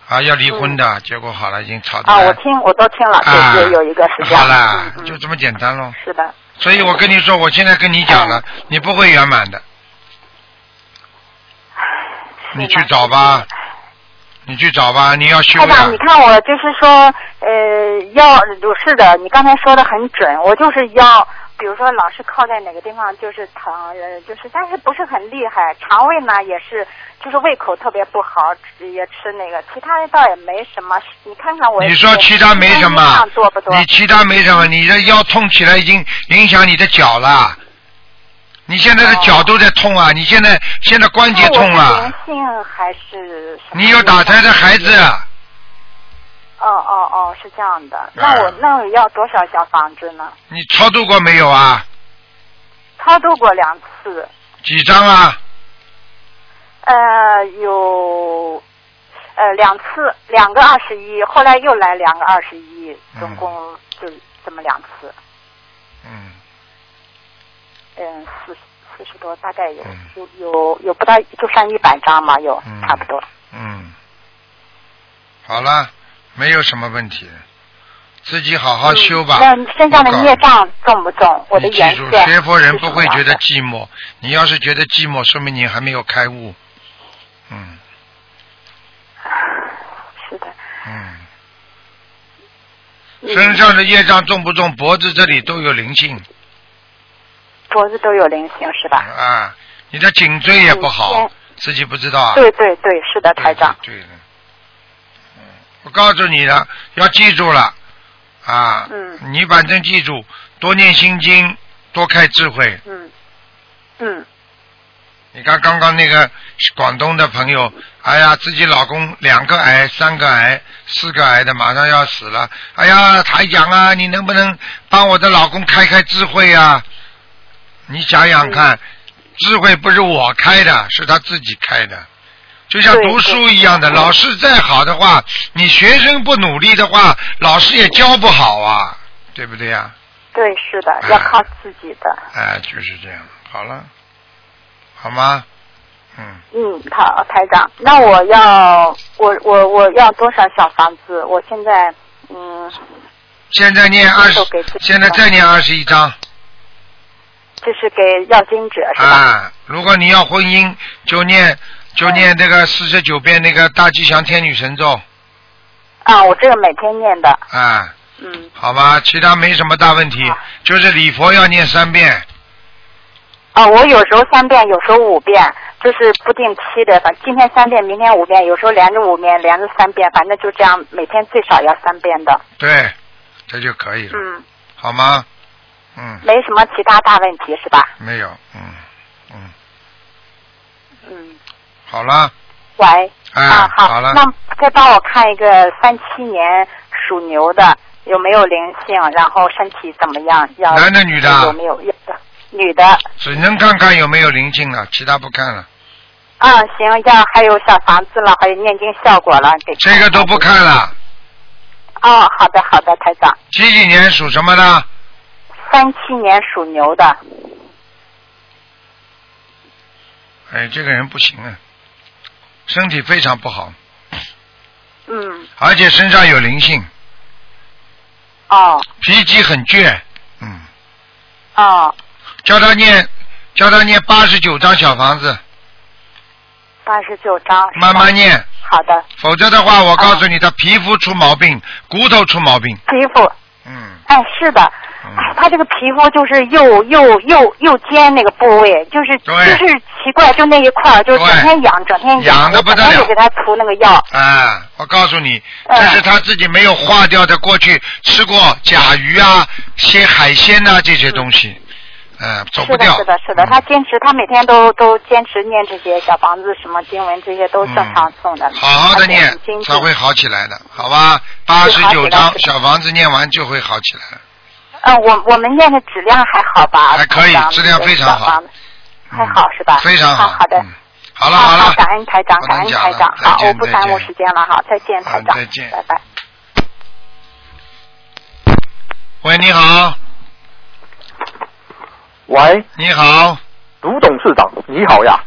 [SPEAKER 1] 啊要离婚的，结果好了已经吵
[SPEAKER 6] 嗯啊，
[SPEAKER 1] 起来
[SPEAKER 6] 我听我都听了，
[SPEAKER 1] 啊
[SPEAKER 6] 对，也有一个是这样
[SPEAKER 1] 好
[SPEAKER 6] 的。
[SPEAKER 1] 啦，
[SPEAKER 6] 嗯
[SPEAKER 1] 就
[SPEAKER 6] 嗯
[SPEAKER 1] 这么简单喽。
[SPEAKER 6] 是的，
[SPEAKER 1] 所以我跟你说，我现在跟你讲了，
[SPEAKER 6] 嗯
[SPEAKER 1] 你不会圆满的，
[SPEAKER 6] 唉是
[SPEAKER 1] 你去
[SPEAKER 6] 吗
[SPEAKER 1] 找吧，你你去找吧，你要修
[SPEAKER 6] 台长，
[SPEAKER 1] 的
[SPEAKER 6] 你。看我就是说，呃，要是的，你刚才说的很准，我就是腰，比如说老是靠在哪个地方就是疼，呃，就是但是不是很厉害，肠胃呢也是，就是胃口特别不好，吃也吃那个，其他的倒也没什么。你看看我，
[SPEAKER 1] 你说其他没什
[SPEAKER 6] 我这
[SPEAKER 1] 么
[SPEAKER 6] 样多不多？，
[SPEAKER 1] 你其他没什么，你的腰痛起来已经影响你的脚了。你现在的脚都在痛啊！你现在现在关节痛
[SPEAKER 6] 那我
[SPEAKER 1] 了
[SPEAKER 6] 是，灵性还哦是嗯什么？
[SPEAKER 1] 你有打胎的孩子，
[SPEAKER 6] 哦哦哦，是这样的。那
[SPEAKER 1] 嗯
[SPEAKER 6] 我那我要多少小房子呢？
[SPEAKER 1] 你超度过没有啊？
[SPEAKER 6] 超度过两次，
[SPEAKER 1] 几张啊？
[SPEAKER 6] 呃，有呃两次，两个二十一，后来又来两个二十一，总共就这么两次，
[SPEAKER 1] 嗯，
[SPEAKER 6] 嗯，四四十多，大概有
[SPEAKER 1] 嗯
[SPEAKER 6] 有有有不到就上一百张嘛，有
[SPEAKER 1] 嗯
[SPEAKER 6] 差不多。
[SPEAKER 1] 嗯，好了，没有什么问题，自己好好修吧。
[SPEAKER 6] 嗯那身上的
[SPEAKER 1] 我告
[SPEAKER 6] 孽障重不重？我的
[SPEAKER 1] 你记
[SPEAKER 6] 颜
[SPEAKER 1] 住，
[SPEAKER 6] 色。
[SPEAKER 1] 学佛人不会觉得。寂寞。你要是觉得寂寞，说明你还没有开悟。嗯
[SPEAKER 6] 是的，
[SPEAKER 1] 嗯，身上的业障重不重？脖子这里都有灵性
[SPEAKER 6] 脖子都有菱形是吧？
[SPEAKER 1] 啊，你的颈椎也不好
[SPEAKER 6] 嗯，
[SPEAKER 1] 自己不知道啊。
[SPEAKER 6] 对对对，是的，
[SPEAKER 1] 对
[SPEAKER 6] 台长。
[SPEAKER 1] 对对的，嗯，我告诉你了，要记住了啊。
[SPEAKER 6] 嗯。
[SPEAKER 1] 你反正记住，多念心经，多开智慧。
[SPEAKER 6] 嗯嗯，
[SPEAKER 1] 你看刚刚那个广东的朋友，哎呀，自己老公两个癌、三个癌、四个癌的，马上要死了。哎呀，台长啊，你能不能帮我的老公开开智慧啊？你想想
[SPEAKER 6] 嗯
[SPEAKER 1] 看，智慧不是我开的，是他自己开的，就像
[SPEAKER 6] 对嗯
[SPEAKER 1] 读书一样的。
[SPEAKER 6] 对
[SPEAKER 1] 老师再好的话，你学生不努力的话，老师也教不好啊，对不对呀、
[SPEAKER 6] 对，是的
[SPEAKER 1] 哎，
[SPEAKER 6] 要靠自己的。
[SPEAKER 1] 哎，就是这样。好了，好吗？嗯。
[SPEAKER 6] 嗯，好，台长，那我要我我我要多少小房子？我现在嗯，
[SPEAKER 1] 现在念二十
[SPEAKER 6] 都给自，己
[SPEAKER 1] 现在再念二十一章
[SPEAKER 6] 就是给要经者是吧？
[SPEAKER 1] 啊！如果你要婚姻，就念就念这个四十九遍那个大吉祥天女神咒
[SPEAKER 6] 啊，我这个每天念的，
[SPEAKER 1] 啊，
[SPEAKER 6] 嗯，
[SPEAKER 1] 好吧？其他没什么大问题
[SPEAKER 6] 好，
[SPEAKER 1] 就是礼佛要念三遍，
[SPEAKER 6] 啊，我有时候三遍，有时候五遍，就是不定期的，反正今天三遍，明天五遍，有时候连着五遍，连着三遍，反正就这样，每天最少要三遍的，
[SPEAKER 1] 对，这就可以了，
[SPEAKER 6] 嗯，
[SPEAKER 1] 好吗？嗯，
[SPEAKER 6] 没什么其他大问题是吧？
[SPEAKER 1] 没有，嗯嗯，
[SPEAKER 6] 嗯，
[SPEAKER 1] 好了，
[SPEAKER 6] 喂，
[SPEAKER 1] 哎，
[SPEAKER 6] 啊，
[SPEAKER 1] 好了，
[SPEAKER 6] 那再帮我看一个三七年属牛的有没有灵性，然后身体怎么样？要
[SPEAKER 1] 男的女的啊
[SPEAKER 6] 有没有？有的，女的。
[SPEAKER 1] 只能看看有没有灵性了，其他不看了，
[SPEAKER 6] 嗯，行，要还有小房子了，还有念经效果了，给
[SPEAKER 1] 这个都不
[SPEAKER 6] 看。
[SPEAKER 1] 看了。
[SPEAKER 6] 哦，好的好的，台长，
[SPEAKER 1] 几几年属什么的？
[SPEAKER 6] 三七年属牛的，
[SPEAKER 1] 哎，这个人不行啊，身体非常不好，
[SPEAKER 6] 嗯，
[SPEAKER 1] 而且身上有灵性，
[SPEAKER 6] 哦
[SPEAKER 1] 脾气很倔。嗯，
[SPEAKER 6] 哦，
[SPEAKER 1] 叫他念，叫他念八十九张小房子，
[SPEAKER 6] 八十九张。是吧
[SPEAKER 1] 慢慢。念，
[SPEAKER 6] 好的，
[SPEAKER 1] 否则的话，我告
[SPEAKER 6] 哦
[SPEAKER 1] 诉你，他皮肤出毛病，骨头出毛病。
[SPEAKER 6] 皮肤，
[SPEAKER 1] 嗯，
[SPEAKER 6] 哎，是的，
[SPEAKER 1] 嗯
[SPEAKER 6] 哎，他这个皮肤就是右右右右肩那个部位，就是就
[SPEAKER 1] 对
[SPEAKER 6] 是奇怪，就那一块儿，就整
[SPEAKER 1] 对
[SPEAKER 6] 天痒，整天
[SPEAKER 1] 痒
[SPEAKER 6] 痒。
[SPEAKER 1] 得
[SPEAKER 6] 我
[SPEAKER 1] 不
[SPEAKER 6] 本
[SPEAKER 1] 得
[SPEAKER 6] 来
[SPEAKER 1] 了
[SPEAKER 6] 就给他涂那个药，
[SPEAKER 1] 啊，我告诉你，
[SPEAKER 6] 嗯
[SPEAKER 1] 这是他自己没有化掉的，过去吃过甲鱼啊、些海鲜呐、这些东西，嗯，走不
[SPEAKER 6] 是的，
[SPEAKER 1] 掉。
[SPEAKER 6] 是的，是的，
[SPEAKER 1] 嗯
[SPEAKER 6] 他坚持，他每天都都坚持念这些小房子、什么经文，这些都正常送的。
[SPEAKER 1] 嗯好好的
[SPEAKER 6] 而且
[SPEAKER 1] 念
[SPEAKER 6] 很精进
[SPEAKER 1] 才会好起来的，好吧？八十九
[SPEAKER 6] 是好起
[SPEAKER 1] 章
[SPEAKER 6] 来
[SPEAKER 1] 小房子念完就会好起来了。
[SPEAKER 6] 嗯，我我们念的质量还好吧？
[SPEAKER 1] 还可以
[SPEAKER 6] 小房子
[SPEAKER 1] 质量非常好
[SPEAKER 6] 小房子
[SPEAKER 1] 嗯
[SPEAKER 6] 还好是吧？
[SPEAKER 1] 非常
[SPEAKER 6] 好。
[SPEAKER 1] 好。
[SPEAKER 6] 好的。
[SPEAKER 1] 嗯好了
[SPEAKER 6] 啊
[SPEAKER 1] 好了，
[SPEAKER 6] 感恩台长，
[SPEAKER 1] 不
[SPEAKER 6] 感
[SPEAKER 1] 能
[SPEAKER 6] 恩
[SPEAKER 1] 讲
[SPEAKER 6] 台
[SPEAKER 1] 了
[SPEAKER 6] 长。
[SPEAKER 1] 再
[SPEAKER 6] 好，我
[SPEAKER 1] 见
[SPEAKER 6] 不
[SPEAKER 1] 再
[SPEAKER 6] 耽误
[SPEAKER 1] 见
[SPEAKER 6] 时间了，好，再见台
[SPEAKER 1] 嗯
[SPEAKER 6] 长，
[SPEAKER 1] 再见
[SPEAKER 6] 拜拜。
[SPEAKER 1] 喂，你好，
[SPEAKER 7] 嗯喂，
[SPEAKER 1] 你好，
[SPEAKER 7] 卢董事长，你好呀！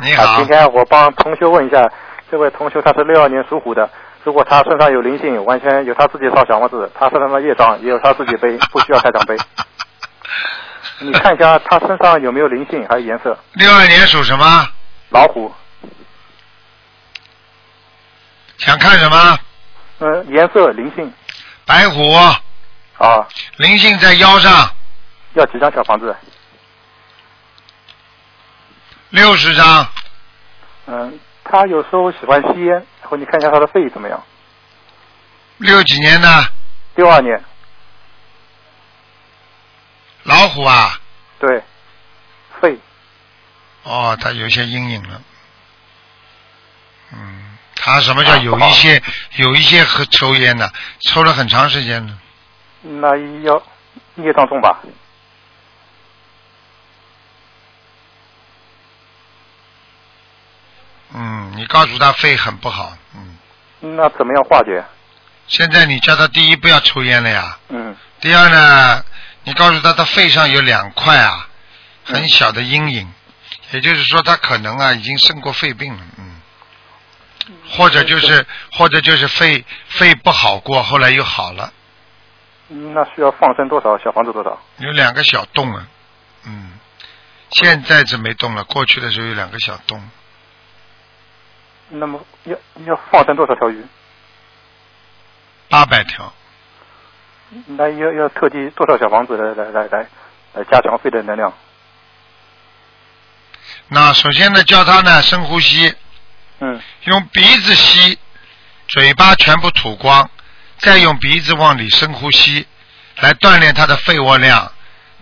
[SPEAKER 1] 你
[SPEAKER 7] 啊，
[SPEAKER 1] 好
[SPEAKER 7] 今，天我帮同学问一下，这位同学他是六二年属虎的，如果他身上有灵性，完全由他自己烧小房子，他身上的业障也有他自己背，不需要台长 背。你看一下他身上有没有灵性，还有颜色？
[SPEAKER 1] 六二年属什么？
[SPEAKER 7] 老虎，
[SPEAKER 1] 想看什么？
[SPEAKER 7] 嗯，颜色灵性
[SPEAKER 1] 白虎
[SPEAKER 7] 啊，
[SPEAKER 1] 灵性在腰上
[SPEAKER 7] 要几张小房子？
[SPEAKER 1] 六十张，
[SPEAKER 7] 嗯，他有时候喜欢吸烟，然后你看一下他的肺怎么样？
[SPEAKER 1] 六几年的
[SPEAKER 7] 六二年，
[SPEAKER 1] 老虎啊，
[SPEAKER 7] 对，肺
[SPEAKER 1] 哦，他有些阴影了。嗯，他什么叫有一些有一些和抽烟的，抽了很长时间了。
[SPEAKER 7] 那要孽障重吧？
[SPEAKER 1] 嗯，你告诉他肺很不好。嗯，
[SPEAKER 7] 那怎么样化解？
[SPEAKER 1] 现在你叫他第一不要抽烟了呀，
[SPEAKER 7] 嗯，
[SPEAKER 1] 第二呢，你告诉他他肺上有两块啊，很小的阴影，也就是说他可能啊已经生过肺病了，嗯，或者就是或者就是肺肺不好过，后来又好了，
[SPEAKER 7] 那需要放生多少？小房子多少？
[SPEAKER 1] 有两个小洞啊，嗯，现在是没洞了，过去的时候有两个小洞，
[SPEAKER 7] 那么要要放生多少条鱼？
[SPEAKER 1] 八百条，
[SPEAKER 7] 那要要特地多少小房子来来来来来加强肺的能量？
[SPEAKER 1] 那首先呢，叫他呢深呼吸，
[SPEAKER 7] 嗯，
[SPEAKER 1] 用鼻子吸，嘴巴全部吐光，再用鼻子往里深呼吸，来锻炼他的肺活量。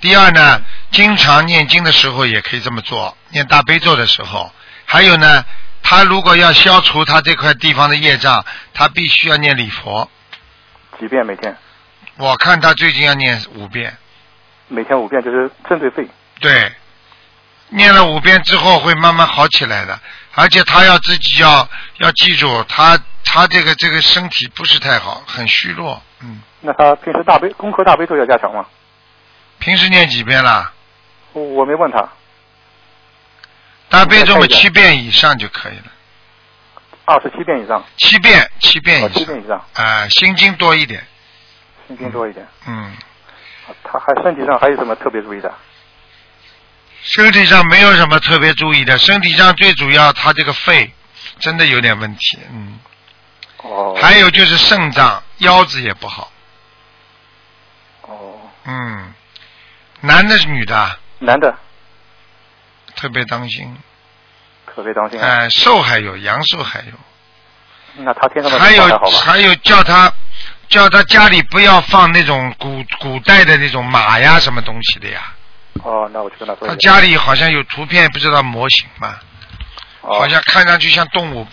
[SPEAKER 1] 第二呢，经常念经的时候也可以这么做，念大悲咒的时候。还有呢，他如果要消除他这块地方的业障，他必须要念礼佛。
[SPEAKER 7] 几遍每天？
[SPEAKER 1] 我看他最近要念五遍，
[SPEAKER 7] 每天五遍就是针对肺。
[SPEAKER 1] 对，念了五遍之后会慢慢好起来的。而且他要自己要要记住，他他这个这个身体不是太好，很虚弱。嗯，
[SPEAKER 7] 那他平时大悲功课大悲咒要加强吗？
[SPEAKER 1] 平时念几遍啦？
[SPEAKER 7] 我我没问他
[SPEAKER 1] 大悲
[SPEAKER 7] 嗯
[SPEAKER 1] 咒嘛，七遍以上就可以了，
[SPEAKER 7] 二十七遍以上，
[SPEAKER 1] 七遍七遍
[SPEAKER 7] 哦，
[SPEAKER 1] 以
[SPEAKER 7] 七
[SPEAKER 1] 上
[SPEAKER 7] 遍以上，
[SPEAKER 1] 啊、心经多一点。
[SPEAKER 7] 心经多一点。
[SPEAKER 1] 嗯，
[SPEAKER 7] 他还身体上还有什么特别注意的？
[SPEAKER 1] 身体上没有什么特别注意的，身体上最主要他这个肺真的有点问题。嗯，
[SPEAKER 7] 哦，
[SPEAKER 1] 还有就是肾脏、腰子也不好。
[SPEAKER 7] 哦，
[SPEAKER 1] 嗯，男的是女的啊，
[SPEAKER 7] 男的
[SPEAKER 1] 特别当心。
[SPEAKER 7] 可别当心啊。
[SPEAKER 1] 哎、瘦还有，阳寿还有。
[SPEAKER 7] 那他天上的
[SPEAKER 1] 还
[SPEAKER 7] 情况
[SPEAKER 1] 有
[SPEAKER 7] 好吧？
[SPEAKER 1] 还有叫他叫他家里不要放那种古古代的那种马呀什么东西的呀，
[SPEAKER 7] 哦，那我去跟他说
[SPEAKER 1] 他
[SPEAKER 7] 一下。
[SPEAKER 1] 家里好像有图片，不知道模型嘛，
[SPEAKER 7] 哦
[SPEAKER 1] 好像看上去像动物，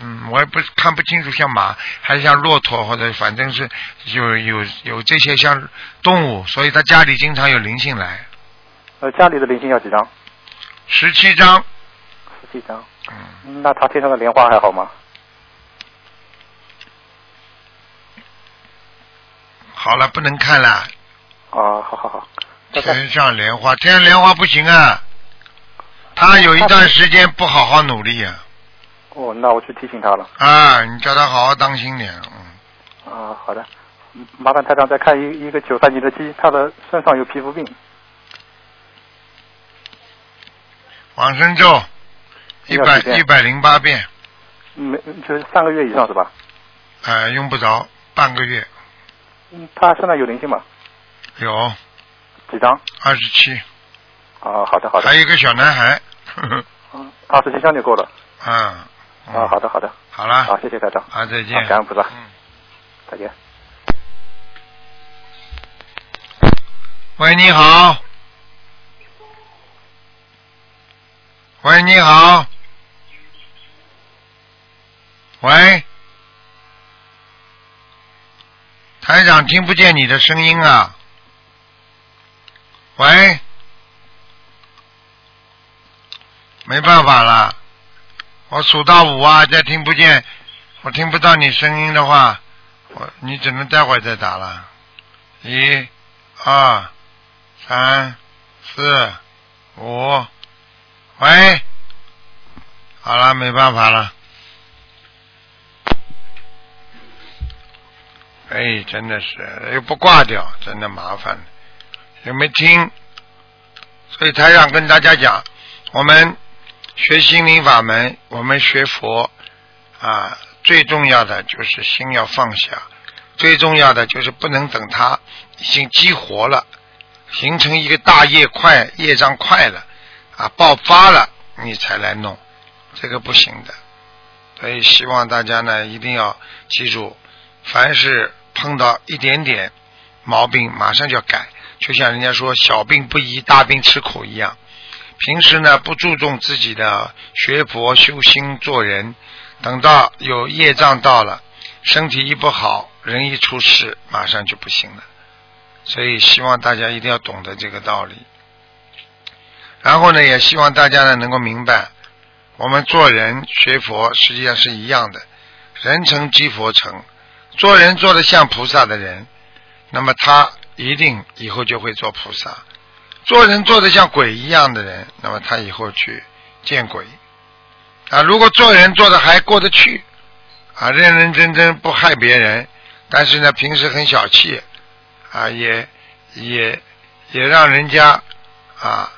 [SPEAKER 1] 嗯，我也不看不清楚像马还是像骆驼或者反正是有有有这些像动物，所以他家里经常有灵性来，
[SPEAKER 7] 呃，家里的灵性要几张？
[SPEAKER 1] 十七张，
[SPEAKER 7] 十七张。
[SPEAKER 1] 嗯。
[SPEAKER 7] 那他天上的莲花还好吗？
[SPEAKER 1] 好了，不能看了，
[SPEAKER 7] 啊，好好好。那他
[SPEAKER 1] 天上莲花，天上莲花不行啊，他有一段时间不好好努力啊。
[SPEAKER 7] 哦，那我去提醒他了。
[SPEAKER 1] 啊，你叫他好好当心点，嗯，
[SPEAKER 7] 啊，好的。嗯麻烦台长再看一一个九三年的鸡，它的身上有皮肤病，
[SPEAKER 1] 往生咒一
[SPEAKER 7] 要
[SPEAKER 1] 百
[SPEAKER 7] 几遍
[SPEAKER 1] 一百零八遍，
[SPEAKER 7] 没就是三个月以上是吧？
[SPEAKER 1] 呃，用不着半个月，
[SPEAKER 7] 嗯，它身上有灵性吗？
[SPEAKER 1] 有
[SPEAKER 7] 几张？
[SPEAKER 1] 二十七，
[SPEAKER 7] 啊，好的好的
[SPEAKER 1] 还，有一个小男孩， 呵呵，
[SPEAKER 7] 二十七张就够了。
[SPEAKER 1] 啊，嗯
[SPEAKER 7] 啊，好，的好的，
[SPEAKER 1] 好了，
[SPEAKER 7] 好，谢谢台长，
[SPEAKER 1] 啊，再见
[SPEAKER 7] 啊，感恩菩萨，
[SPEAKER 1] 嗯，
[SPEAKER 7] 再见。
[SPEAKER 1] 喂，你好，喂，你好，喂，台长听不见你的声音啊，喂，没办法了，我数到五啊，再听不见，我听不到你声音的话，我你只能待会儿再打了，一。二、三、四、五，喂，好了，没办法了。哎，真的是又不挂掉，真的麻烦了，又没听，所以台长跟大家讲，我们学心灵法门，我们学佛啊，最重要的就是心要放下，最重要的就是不能等它已经激活了，形成一个大业块、业障块了啊，爆发了，你才来弄，这个不行的。所以希望大家呢一定要记住，凡是碰到一点点毛病，马上就要改。就像人家说“小病不医，大病吃苦”一样，平时呢不注重自己的学佛修心做人，等到有业障到了，身体一不好，人一出事，马上就不行了。所以希望大家一定要懂得这个道理。然后呢，也希望大家呢能够明白，我们做人学佛实际上是一样的，人成即佛成，做人做的像菩萨的人，那么他一定以后就会做菩萨；做人做的像鬼一样的人，那么他以后去见鬼。啊，如果做人做的还过得去，啊，认认真真不害别人，但是呢，平时很小气，啊，也也也让人家啊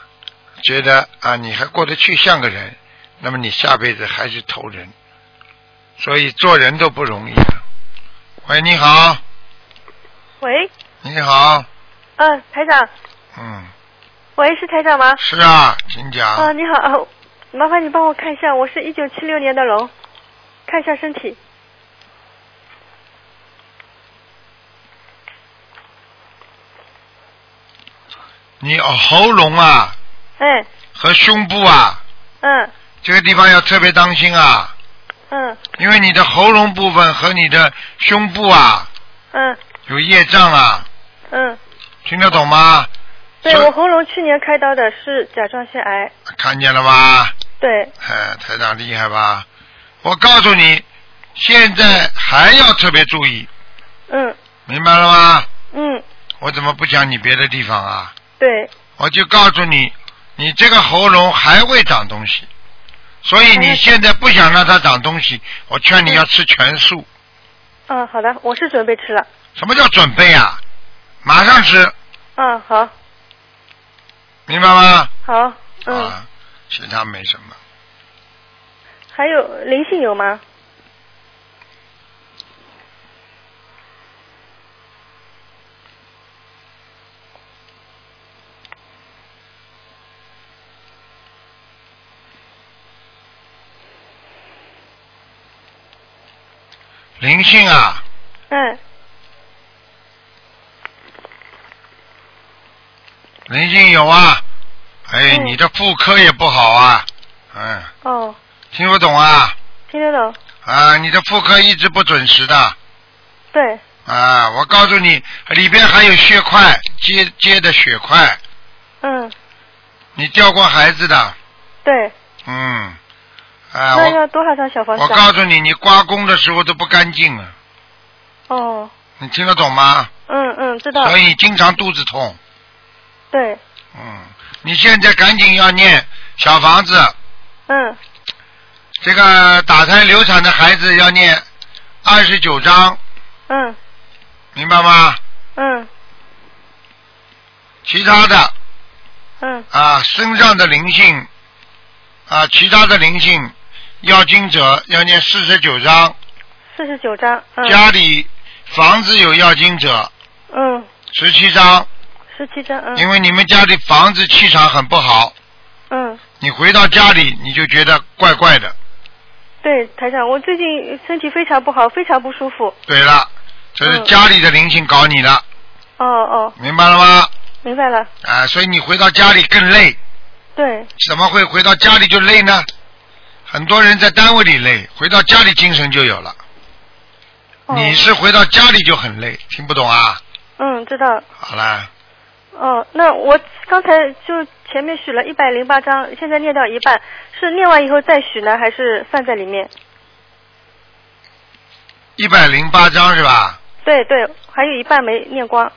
[SPEAKER 1] 觉得啊你还过得去像个人，那么你下辈子还是投人，所以做人都不容易啊。喂，你好，
[SPEAKER 8] 喂，
[SPEAKER 1] 你好，
[SPEAKER 8] 嗯、台长，
[SPEAKER 1] 嗯，
[SPEAKER 8] 喂，是台长吗？
[SPEAKER 1] 是啊，请讲。
[SPEAKER 8] 啊，你好，啊麻烦你帮我看一下，我是一九七六年的龙，看一下身体。
[SPEAKER 1] 你喉咙啊
[SPEAKER 8] 哎，
[SPEAKER 1] 和胸部啊
[SPEAKER 8] 嗯
[SPEAKER 1] 这个地方要特别当心啊，
[SPEAKER 8] 嗯
[SPEAKER 1] 因为你的喉咙部分和你的胸部啊
[SPEAKER 8] 嗯
[SPEAKER 1] 有业障啊，
[SPEAKER 8] 嗯，
[SPEAKER 1] 听得懂吗？
[SPEAKER 8] 对
[SPEAKER 1] 所以
[SPEAKER 8] 我喉咙去年开刀的是甲状腺癌，
[SPEAKER 1] 看见了吧？
[SPEAKER 8] 对，
[SPEAKER 1] 哎，台长厉害吧？我告诉你，现在还要特别注意，
[SPEAKER 8] 嗯
[SPEAKER 1] 明白了吗？
[SPEAKER 8] 嗯
[SPEAKER 1] 我怎么不讲你别的地方啊？
[SPEAKER 8] 对，
[SPEAKER 1] 我就告诉你，你这个喉咙还会长东西，所以
[SPEAKER 8] 哎
[SPEAKER 1] 你现在不想让它长东西，我劝你要吃全素。
[SPEAKER 8] 嗯好的，我是准备吃了，
[SPEAKER 1] 什么叫准备啊？马上吃，
[SPEAKER 8] 嗯好，
[SPEAKER 1] 明白吗？
[SPEAKER 8] 好，嗯，
[SPEAKER 1] 啊，其他没什么。
[SPEAKER 8] 还有灵性有吗？
[SPEAKER 1] 灵性啊，
[SPEAKER 8] 嗯
[SPEAKER 1] 灵性有啊。哎，
[SPEAKER 8] 嗯
[SPEAKER 1] 你的妇科也不好啊。嗯，
[SPEAKER 8] 哦，
[SPEAKER 1] 听不懂啊？
[SPEAKER 8] 听得懂，
[SPEAKER 1] 啊，你的妇科一直不准时的
[SPEAKER 8] 对，
[SPEAKER 1] 啊！我告诉你，里边还有血块，接接的血块，
[SPEAKER 8] 嗯
[SPEAKER 1] 你掉过孩子的，
[SPEAKER 8] 对，
[SPEAKER 1] 嗯，啊，
[SPEAKER 8] 那
[SPEAKER 1] 我
[SPEAKER 8] 要多少张小房
[SPEAKER 1] 我
[SPEAKER 8] 子
[SPEAKER 1] 告
[SPEAKER 8] 啊？
[SPEAKER 1] 诉你，你刮宫的时候都不干净啊，
[SPEAKER 8] 哦，
[SPEAKER 1] 你听得懂吗？
[SPEAKER 8] 嗯嗯，知道，
[SPEAKER 1] 所以经常肚子痛，
[SPEAKER 8] 对，
[SPEAKER 1] 嗯，你现在赶紧要念小房子，
[SPEAKER 8] 嗯
[SPEAKER 1] 这个打胎流产的孩子要念二十九章，
[SPEAKER 8] 嗯
[SPEAKER 1] 明白吗？
[SPEAKER 8] 嗯
[SPEAKER 1] 其他的
[SPEAKER 8] 嗯
[SPEAKER 1] 啊，身上的灵性啊，其他的灵性，要经者要念四十九章，
[SPEAKER 8] 四十九张，嗯
[SPEAKER 1] 家里房子有要经者
[SPEAKER 8] 嗯，
[SPEAKER 1] 十七章，
[SPEAKER 8] 十七张，嗯
[SPEAKER 1] 因为你们家里房子气场很不好，
[SPEAKER 8] 嗯，
[SPEAKER 1] 你回到家里你就觉得怪怪的。
[SPEAKER 8] 对，台长，我最近身体非常不好，非常不舒服。
[SPEAKER 1] 对了，这是
[SPEAKER 8] 嗯
[SPEAKER 1] 家里的灵性搞你了，
[SPEAKER 8] 哦哦，
[SPEAKER 1] 明白了吗？
[SPEAKER 8] 明白了，
[SPEAKER 1] 啊，所以你回到家里更累，
[SPEAKER 8] 对，
[SPEAKER 1] 怎么会回到家里就累呢？很多人在单位里累，回到家里精神就有了。
[SPEAKER 8] 哦，
[SPEAKER 1] 你是回到家里就很累，听不懂啊？
[SPEAKER 8] 嗯，知道，
[SPEAKER 1] 好啦，
[SPEAKER 8] 哦，那我刚才就前面许了一百零八章，现在念到一半，是念完以后再许呢，还是算在里面？
[SPEAKER 1] 一百零八章是吧？
[SPEAKER 8] 对对，还有一半没念光。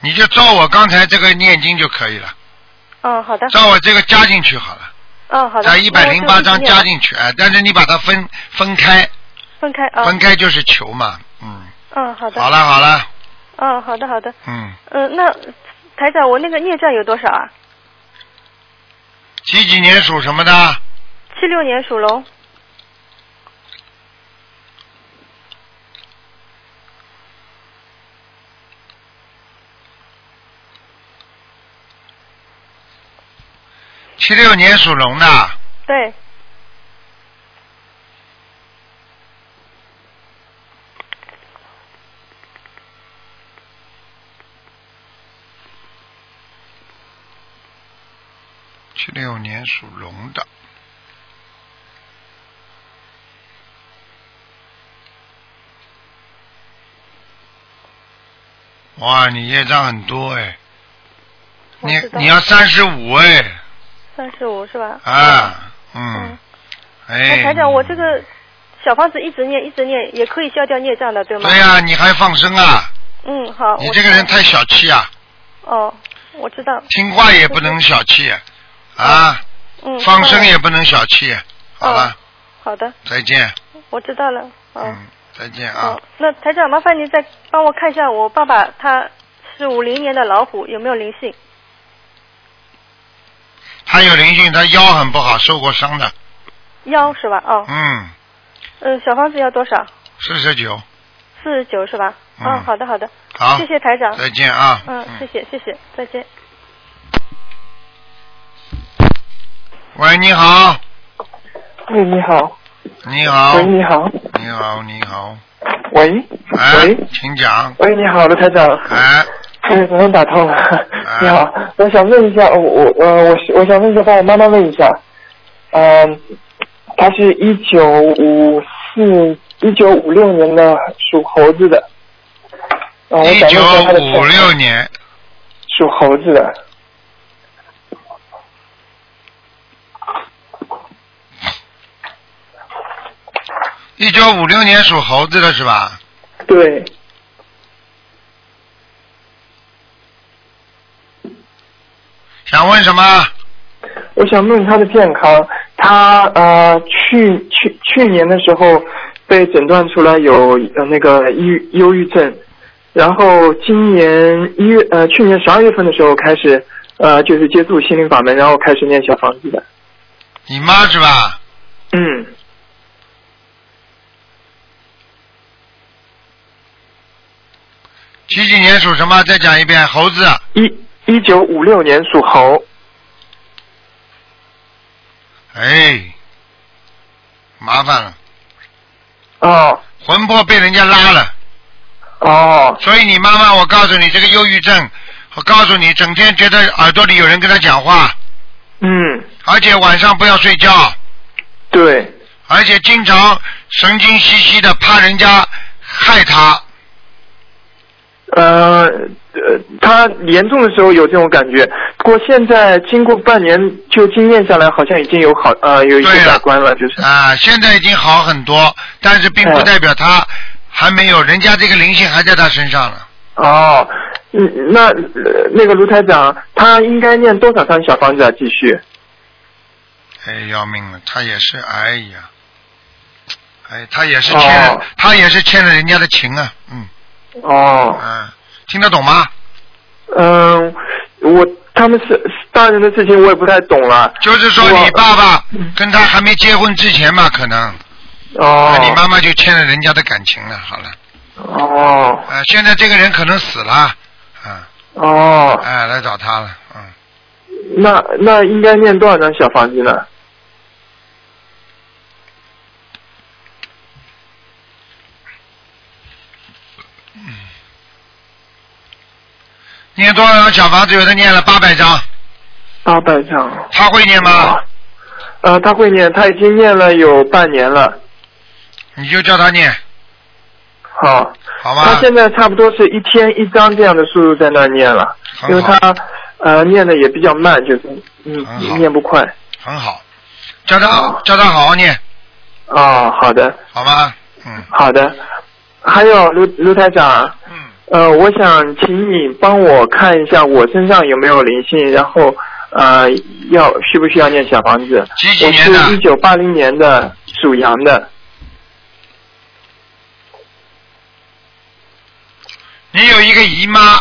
[SPEAKER 1] 你就照我刚才这个念经就可以了，
[SPEAKER 8] 嗯，好的，
[SPEAKER 1] 照我这个加进去好了，
[SPEAKER 8] 嗯，好的，
[SPEAKER 1] 在一百零八
[SPEAKER 8] 那
[SPEAKER 1] 章加
[SPEAKER 8] 我就一直念了
[SPEAKER 1] 进去，哎，但是你把它分分开，
[SPEAKER 8] 分开啊，
[SPEAKER 1] 分开就是求嘛，嗯，
[SPEAKER 8] 嗯，好的，
[SPEAKER 1] 好，了好了，
[SPEAKER 8] 嗯，好的，好的，
[SPEAKER 1] 嗯，
[SPEAKER 8] 嗯，那台长，我那个孽障有多少啊？
[SPEAKER 1] 几几年属什么的？
[SPEAKER 8] 七六年属龙，
[SPEAKER 1] 七六年属龙的，
[SPEAKER 8] 对，
[SPEAKER 1] 七六年属龙的。哇，你业障很多哎，
[SPEAKER 8] 我
[SPEAKER 1] 你
[SPEAKER 8] 知道
[SPEAKER 1] 你要三十五哎，
[SPEAKER 8] 三十五是吧？
[SPEAKER 1] 啊，嗯，
[SPEAKER 8] 哎，
[SPEAKER 1] 哎，
[SPEAKER 8] 台长，我这个小房子一直念一直念，也可以消掉孽障的，对吗？
[SPEAKER 1] 对呀、你还放生啊？
[SPEAKER 8] 嗯，好。
[SPEAKER 1] 你
[SPEAKER 8] 我
[SPEAKER 1] 这个
[SPEAKER 8] 知道
[SPEAKER 1] 人太小气啊，
[SPEAKER 8] 哦，我知道。
[SPEAKER 1] 听话也不能小气啊，
[SPEAKER 8] 嗯。
[SPEAKER 1] 放
[SPEAKER 8] 好
[SPEAKER 1] 生
[SPEAKER 8] 的
[SPEAKER 1] 也不能小气。啊好了，
[SPEAKER 8] 好的，
[SPEAKER 1] 再见，
[SPEAKER 8] 我知道了。嗯。
[SPEAKER 1] 嗯，再见啊
[SPEAKER 8] 哦，。那台长，麻烦您再帮我看一下，我爸爸他是五零年的老虎，有没有灵性？
[SPEAKER 1] 他有灵性，他腰很不好，受过伤的。
[SPEAKER 8] 腰是吧？哦，
[SPEAKER 1] 嗯，
[SPEAKER 8] 嗯，小房子要多少？
[SPEAKER 1] 四十九，
[SPEAKER 8] 四十九是吧？
[SPEAKER 1] 嗯
[SPEAKER 8] 啊，好的好的，
[SPEAKER 1] 好，
[SPEAKER 8] 谢谢台长。
[SPEAKER 1] 再见啊。
[SPEAKER 8] 嗯，谢谢谢谢，再见。
[SPEAKER 1] 喂，你好，
[SPEAKER 9] 喂，你好。
[SPEAKER 1] 你好
[SPEAKER 9] 喂，，你好。
[SPEAKER 1] 你好，你好，
[SPEAKER 9] 喂。
[SPEAKER 1] 哎
[SPEAKER 9] 喂，
[SPEAKER 1] 请讲。
[SPEAKER 9] 喂，你好，卢台长。
[SPEAKER 1] 哎，
[SPEAKER 9] 哎， 终于打通了。你好，我想问一下，我我呃，我我想问一下，帮我妈妈问一下，嗯，她是一九五四一九五六年的属猴子的，嗯，我
[SPEAKER 1] 一
[SPEAKER 9] 想问
[SPEAKER 1] 九
[SPEAKER 9] 一下她的情
[SPEAKER 1] 五
[SPEAKER 9] 况
[SPEAKER 1] 六年，
[SPEAKER 9] 属猴子的，
[SPEAKER 1] 一九五六年属猴子的是吧？
[SPEAKER 9] 对，
[SPEAKER 1] 想问什么？
[SPEAKER 9] 我想问她的健康，她呃去去去年的时候被诊断出来有呃那个抑郁忧郁症，然后今年一月呃去年十二月份的时候开始呃就是接触心灵法门，然后开始念小房子的，
[SPEAKER 1] 你妈是吧？
[SPEAKER 9] 嗯，
[SPEAKER 1] 几几年属什么？再讲一遍，猴子。
[SPEAKER 9] 一一九五六年属猴，
[SPEAKER 1] 哎，麻烦了，
[SPEAKER 9] 哦
[SPEAKER 1] 魂魄被人家拉了。
[SPEAKER 9] 哦
[SPEAKER 1] 所以你妈妈，我告诉你，这个忧郁症，我告诉你，整天觉得耳朵里有人跟她讲话，
[SPEAKER 9] 嗯
[SPEAKER 1] 而且晚上不要睡觉，
[SPEAKER 9] 对
[SPEAKER 1] 而且经常神经兮兮的，怕人家害她。
[SPEAKER 9] 呃，呃，他严重的时候有这种感觉，不过现在经过半年就经验下来，好像已经有好呃有一
[SPEAKER 1] 对
[SPEAKER 9] 些
[SPEAKER 1] 了
[SPEAKER 9] 改观了，就是
[SPEAKER 1] 啊，现在已经好很多，但是并不
[SPEAKER 9] 嗯
[SPEAKER 1] 代表她还没有，人家这个灵性还在她身上呢。
[SPEAKER 9] 哦，嗯，那呃那个卢台长他应该念多少张小房子啊？继续，
[SPEAKER 1] 哎，要命了，她也是，哎呀，哎，她也是欠
[SPEAKER 9] 哦，
[SPEAKER 1] 她、也是欠了人家的情啊，嗯
[SPEAKER 9] 哦
[SPEAKER 1] 嗯、，听得懂吗？
[SPEAKER 9] 嗯、我他们是是大人的事情我也不太懂了，
[SPEAKER 1] 就是说
[SPEAKER 9] 我
[SPEAKER 1] 你爸爸跟他还没结婚之前嘛，可能，
[SPEAKER 9] 哦
[SPEAKER 1] 那，你妈妈就欠了人家的感情了。好了，
[SPEAKER 9] 哦
[SPEAKER 1] 啊、现在这个人可能死了，啊、
[SPEAKER 9] 哦，
[SPEAKER 1] 哎、来找他了，嗯，
[SPEAKER 9] 那那应该念多少张小房子呢？
[SPEAKER 1] 念多少张小房子？有的念了八百张，
[SPEAKER 9] 八百张。
[SPEAKER 1] 他会念吗？
[SPEAKER 9] 呃，他会念，他已经念了有半年了。
[SPEAKER 1] 你就叫他念，
[SPEAKER 9] 好，他
[SPEAKER 1] 好吗？
[SPEAKER 9] 现在差不多是一天一张这样的速度在那儿念了，
[SPEAKER 1] 很
[SPEAKER 9] 因为
[SPEAKER 1] 好，
[SPEAKER 9] 他呃念的也比较慢，就是
[SPEAKER 1] 很好
[SPEAKER 9] 嗯念不快。
[SPEAKER 1] 很好，叫他
[SPEAKER 9] 哦
[SPEAKER 1] 叫他好好念，
[SPEAKER 9] 哦，好的，
[SPEAKER 1] 好吗？嗯
[SPEAKER 9] 好的。还有卢卢台长，
[SPEAKER 1] 嗯，
[SPEAKER 9] 呃，我想请你帮我看一下我身上有没有灵性，然后呃要需不需要念小房子？
[SPEAKER 1] 几几
[SPEAKER 9] 我
[SPEAKER 1] 年的
[SPEAKER 9] 是一九八零年的，属羊的。
[SPEAKER 1] 你有一个姨妈，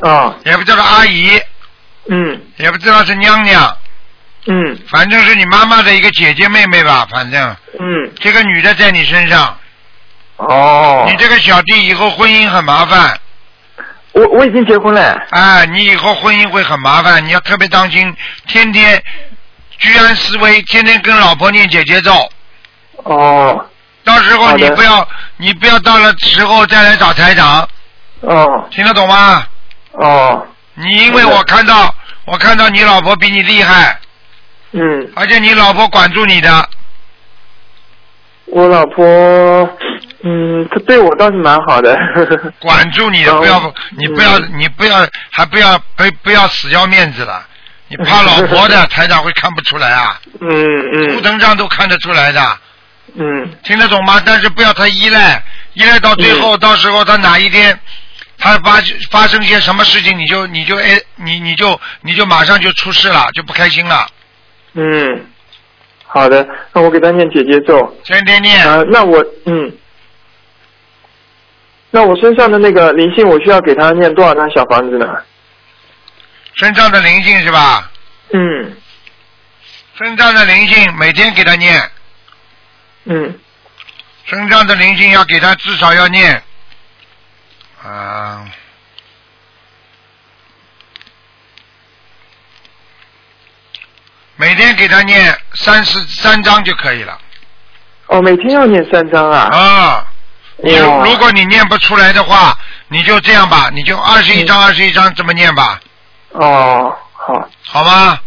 [SPEAKER 9] 啊、
[SPEAKER 1] 也不知道阿姨，
[SPEAKER 9] 嗯
[SPEAKER 1] 也不知道是娘娘，
[SPEAKER 9] 嗯
[SPEAKER 1] 反正是你妈妈的一个姐姐妹妹吧，反正
[SPEAKER 9] 嗯，
[SPEAKER 1] 这个女的在你身上，
[SPEAKER 9] 哦
[SPEAKER 1] 你这个小弟以后婚姻很麻烦。
[SPEAKER 9] 我我已经结婚了。
[SPEAKER 1] 哎，你以后婚姻会很麻烦，你要特别当心，天天居安思危，天天跟老婆念姐姐咒，
[SPEAKER 9] 哦
[SPEAKER 1] 到时候
[SPEAKER 9] 好
[SPEAKER 1] 你
[SPEAKER 9] 的
[SPEAKER 1] 不要你不要到了时候再来找台长，
[SPEAKER 9] 哦
[SPEAKER 1] 听得懂吗？
[SPEAKER 9] 哦，
[SPEAKER 1] 你因为我看到我看到你老婆比你厉害，
[SPEAKER 9] 嗯，
[SPEAKER 1] 而且你老婆管住你的，
[SPEAKER 9] 我老婆，嗯，她对我倒是蛮好的。
[SPEAKER 1] 管住你的，
[SPEAKER 9] 哦
[SPEAKER 1] 不要你不要
[SPEAKER 9] 嗯
[SPEAKER 1] 你不要还不要不不要死要面子了，你怕老 婆的台长会看不出来啊，
[SPEAKER 9] 嗯
[SPEAKER 1] 图
[SPEAKER 9] 嗯
[SPEAKER 1] 腾上都看得出来的。
[SPEAKER 9] 嗯
[SPEAKER 1] 听得懂吗？但是不要太依赖，依赖到最后，到时候他哪一天他发发生些什么事情，你就你就哎你你就你就马上就出事了，就不开心了。
[SPEAKER 9] 嗯，好的，那我给她念姐姐咒。
[SPEAKER 1] 天天念，
[SPEAKER 9] 啊，那我嗯，那我身上的那个灵性，我需要给她念多少张小房子呢？
[SPEAKER 1] 身上的灵性是吧？
[SPEAKER 9] 嗯
[SPEAKER 1] 身上的灵性每天给他念，
[SPEAKER 9] 嗯
[SPEAKER 1] 身上的灵性要给他至少要念，啊、每天给他念三十三章就可以了。
[SPEAKER 9] 哦，每天要念三张啊。哦
[SPEAKER 1] 啊，你
[SPEAKER 9] 哇
[SPEAKER 1] 如果你念不出来的话，你就这样吧，你就二
[SPEAKER 9] 嗯
[SPEAKER 1] 十一章二十一章这么念吧，
[SPEAKER 9] 哦，好，
[SPEAKER 1] 好吗？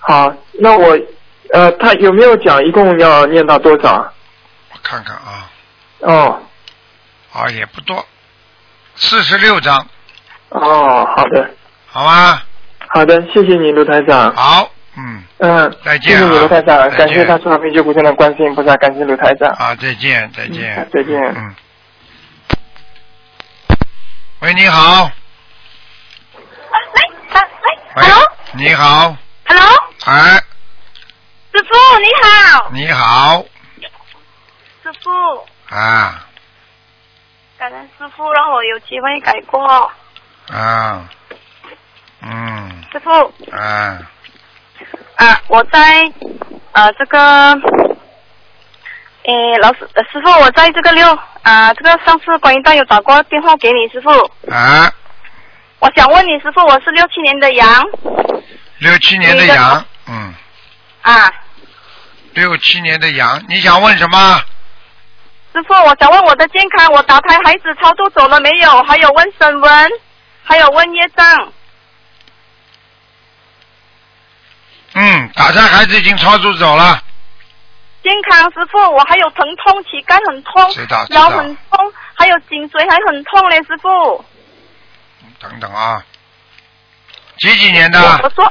[SPEAKER 9] 好，那我呃，他有没有讲一共要念到多少？
[SPEAKER 1] 我看看啊，
[SPEAKER 9] 哦
[SPEAKER 1] 啊也不多，四十六章，
[SPEAKER 9] 哦，好的
[SPEAKER 1] 好吗？
[SPEAKER 9] 好的，谢谢你卢台长，
[SPEAKER 1] 好，嗯，
[SPEAKER 9] 嗯，
[SPEAKER 1] 再
[SPEAKER 9] 谢
[SPEAKER 1] 见
[SPEAKER 9] 谢
[SPEAKER 1] 啊
[SPEAKER 9] 你卢台长，
[SPEAKER 1] 再见
[SPEAKER 9] 感谢大慈大悲救苦救难观世音菩萨，感谢卢台长。
[SPEAKER 1] 啊，再见，再见，
[SPEAKER 9] 嗯再见
[SPEAKER 1] 嗯。喂，你好，
[SPEAKER 5] 喂，
[SPEAKER 1] 喂，你好，
[SPEAKER 5] ，Hello，
[SPEAKER 1] 哎，
[SPEAKER 5] 师傅你好，
[SPEAKER 1] 你好，
[SPEAKER 5] 师傅，
[SPEAKER 1] 啊
[SPEAKER 5] 感恩师傅让我有机会改过。
[SPEAKER 1] 啊，嗯
[SPEAKER 5] 师傅，
[SPEAKER 1] 啊，
[SPEAKER 5] 啊，我在啊这个，诶，老师、呃师傅，我在这个六啊，这个上次观音道有打过电话给你师傅，
[SPEAKER 1] 啊，
[SPEAKER 5] 我想问你师傅，我是六七年的羊
[SPEAKER 1] 六七年的
[SPEAKER 5] 你的
[SPEAKER 1] 羊，嗯。
[SPEAKER 5] 啊，
[SPEAKER 1] 六七年的羊，你想问什么？
[SPEAKER 5] 师傅，我想问我的健康，我打胎孩子超度走了没有？还有问声纹，还有问业障，
[SPEAKER 1] 嗯，打胎孩子已经超度走了，
[SPEAKER 5] 健康师傅，我还有疼痛，膝盖很痛
[SPEAKER 1] 知道，知道
[SPEAKER 5] 腰很痛，还有颈椎还很痛嘞，师傅。
[SPEAKER 1] 等等啊，几几年
[SPEAKER 5] 我
[SPEAKER 1] 的？
[SPEAKER 5] 说，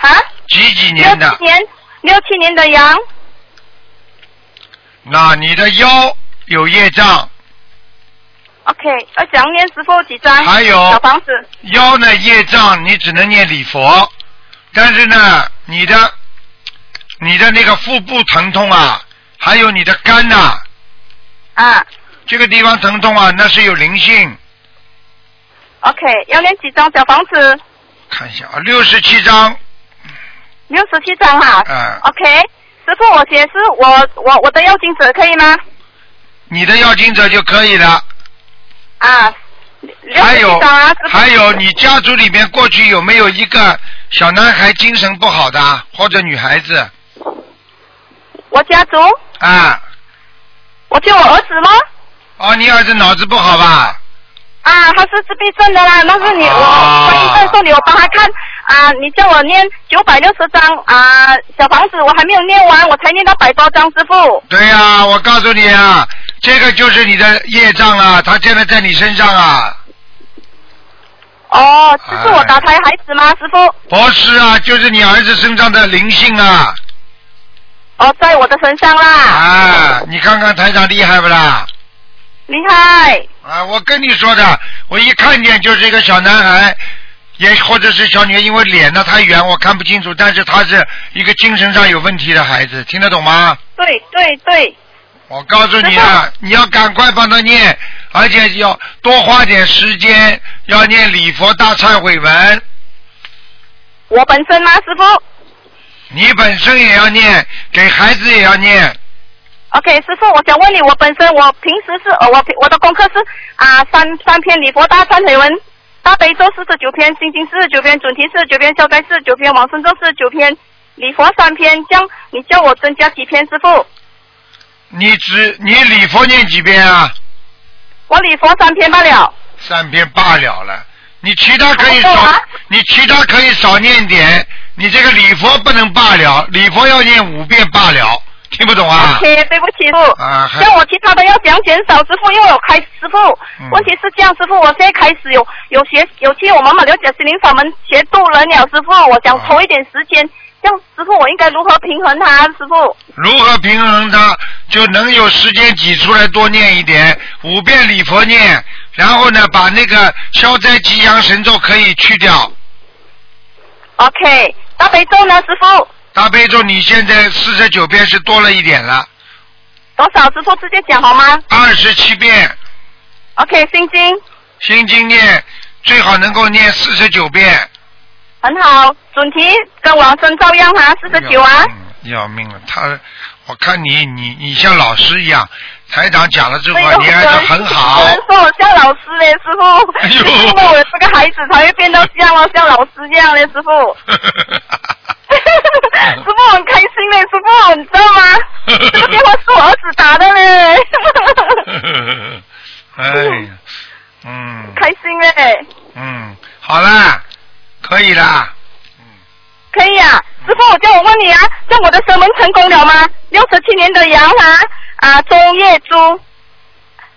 [SPEAKER 5] 啊，
[SPEAKER 1] 几几
[SPEAKER 5] 六
[SPEAKER 1] 年的
[SPEAKER 5] 七？年，六七年的羊，
[SPEAKER 1] 那你的腰有业障，
[SPEAKER 5] OK，要想念师傅几张？
[SPEAKER 1] 还有
[SPEAKER 5] 小房子，
[SPEAKER 1] 腰呢业障你只能念礼佛，但是呢，你的你的那个腹部疼痛啊，还有你的肝呐、
[SPEAKER 5] 啊
[SPEAKER 1] 这个地方疼痛啊，那是有灵性。
[SPEAKER 5] ，OK，要念几张小房子？
[SPEAKER 1] 看一下啊，六十七章，
[SPEAKER 5] 六十七张哈、
[SPEAKER 1] 嗯
[SPEAKER 5] OK，师傅，我解释我我我的要经者可以吗？
[SPEAKER 1] 你的要经者就可以了。
[SPEAKER 5] 啊，六
[SPEAKER 1] 还
[SPEAKER 5] 十
[SPEAKER 1] 有
[SPEAKER 5] 七张啊，师傅
[SPEAKER 1] 还有，你家族里面过去有没有一个小男孩精神不好的啊，或者女孩子
[SPEAKER 5] 我家族，
[SPEAKER 1] 啊？
[SPEAKER 5] 我就我儿子吗？
[SPEAKER 1] 哦，你儿子脑子不好吧？
[SPEAKER 5] 啊，他是自闭症的啦，那是你、
[SPEAKER 1] 啊
[SPEAKER 5] 我观音在说你，我帮他看啊，你叫我念九百六十张啊，小房子我还没有念完，我才念到百多张，师傅。
[SPEAKER 1] 对呀、我告诉你啊，这个就是你的业障啊，他现在在你身上啊。
[SPEAKER 5] 哦，这是我
[SPEAKER 1] 哎
[SPEAKER 5] 打胎孩子吗，师傅？
[SPEAKER 1] 不是啊，就是你儿子身上的灵性啊！
[SPEAKER 5] 哦，在我的身上啦，
[SPEAKER 1] 啊，你看看台长厉害不啦？
[SPEAKER 5] 厉害！
[SPEAKER 1] 啊，我跟你说的，我一看见就是一个小男孩，也或者是小女孩，因为脸呢太圆，我看不清楚，但是他是一个精神上有问题的孩子，听得懂吗？
[SPEAKER 5] 对对对，
[SPEAKER 1] 我告诉你啊，你要赶快帮他念，而且要多花点时间，要念礼佛大忏悔文。
[SPEAKER 5] 我本身吗，师傅？
[SPEAKER 1] 你本身也要念，给孩子也要念，
[SPEAKER 5] OK，师傅，我想问你，我本身我平时是呃我平我的功课是啊、三三篇礼佛大忏悔文，大悲咒四十九篇，心经四十九篇，准提四十九篇，消灾四十九篇，往生咒四十九篇，礼佛三篇，这样你叫我增加几篇，师傅？
[SPEAKER 1] 你只你礼佛念几遍啊？
[SPEAKER 5] 我礼佛三篇罢了。
[SPEAKER 1] 三篇罢了了，你其他可以
[SPEAKER 5] 还不够
[SPEAKER 1] 少
[SPEAKER 5] 啊，
[SPEAKER 1] 你其他可以少念点，你这个礼佛不能罢了，礼佛要念五遍罢了，听不懂啊？
[SPEAKER 5] OK，对不起，师傅。
[SPEAKER 1] 啊，还
[SPEAKER 5] 像我其他的要想减少，师傅，因为我开师傅，
[SPEAKER 1] 嗯
[SPEAKER 5] 问题是这样，师傅，我现在开始有有学有去我妈妈了解心灵法门学渡人了，师傅，我想
[SPEAKER 1] 啊
[SPEAKER 5] 抽一点时间，这样师傅我应该如何平衡它，师傅？
[SPEAKER 1] 如何平衡它，就能有时间挤出来多念一点，五遍礼佛念，然后呢，把那个消灾吉祥神咒可以去掉。
[SPEAKER 5] OK，大悲咒呢，师傅？
[SPEAKER 1] 大悲咒你现在四十九遍是多了一点了，
[SPEAKER 5] 多少师傅直接讲好吗
[SPEAKER 1] 二十七遍，
[SPEAKER 5] ？OK，心经
[SPEAKER 1] 心经念最好能够念四十九遍。
[SPEAKER 5] 很好，准提跟往生照样哈，四十九啊
[SPEAKER 1] 要。命要命了！他，我看你你你像老师一样，台长讲了之后
[SPEAKER 5] 所以有
[SPEAKER 1] 你还是很好
[SPEAKER 5] 有。人说我像老师嘞，师傅。
[SPEAKER 1] 哎呦
[SPEAKER 5] 因为我有这个孩子才会变到像哦，像老师这样嘞，师傅。 师傅很开心嘞，师傅，你知道吗？这个电话啊是我儿子打的嘞，
[SPEAKER 1] 嗯 哎呀，嗯
[SPEAKER 5] 开心嘞。
[SPEAKER 1] 嗯，好啦，可以啦。
[SPEAKER 5] 可以啊，师傅，叫我问你啊，叫我的生门成功了吗？六十七年的羊啊，啊，中叶猪，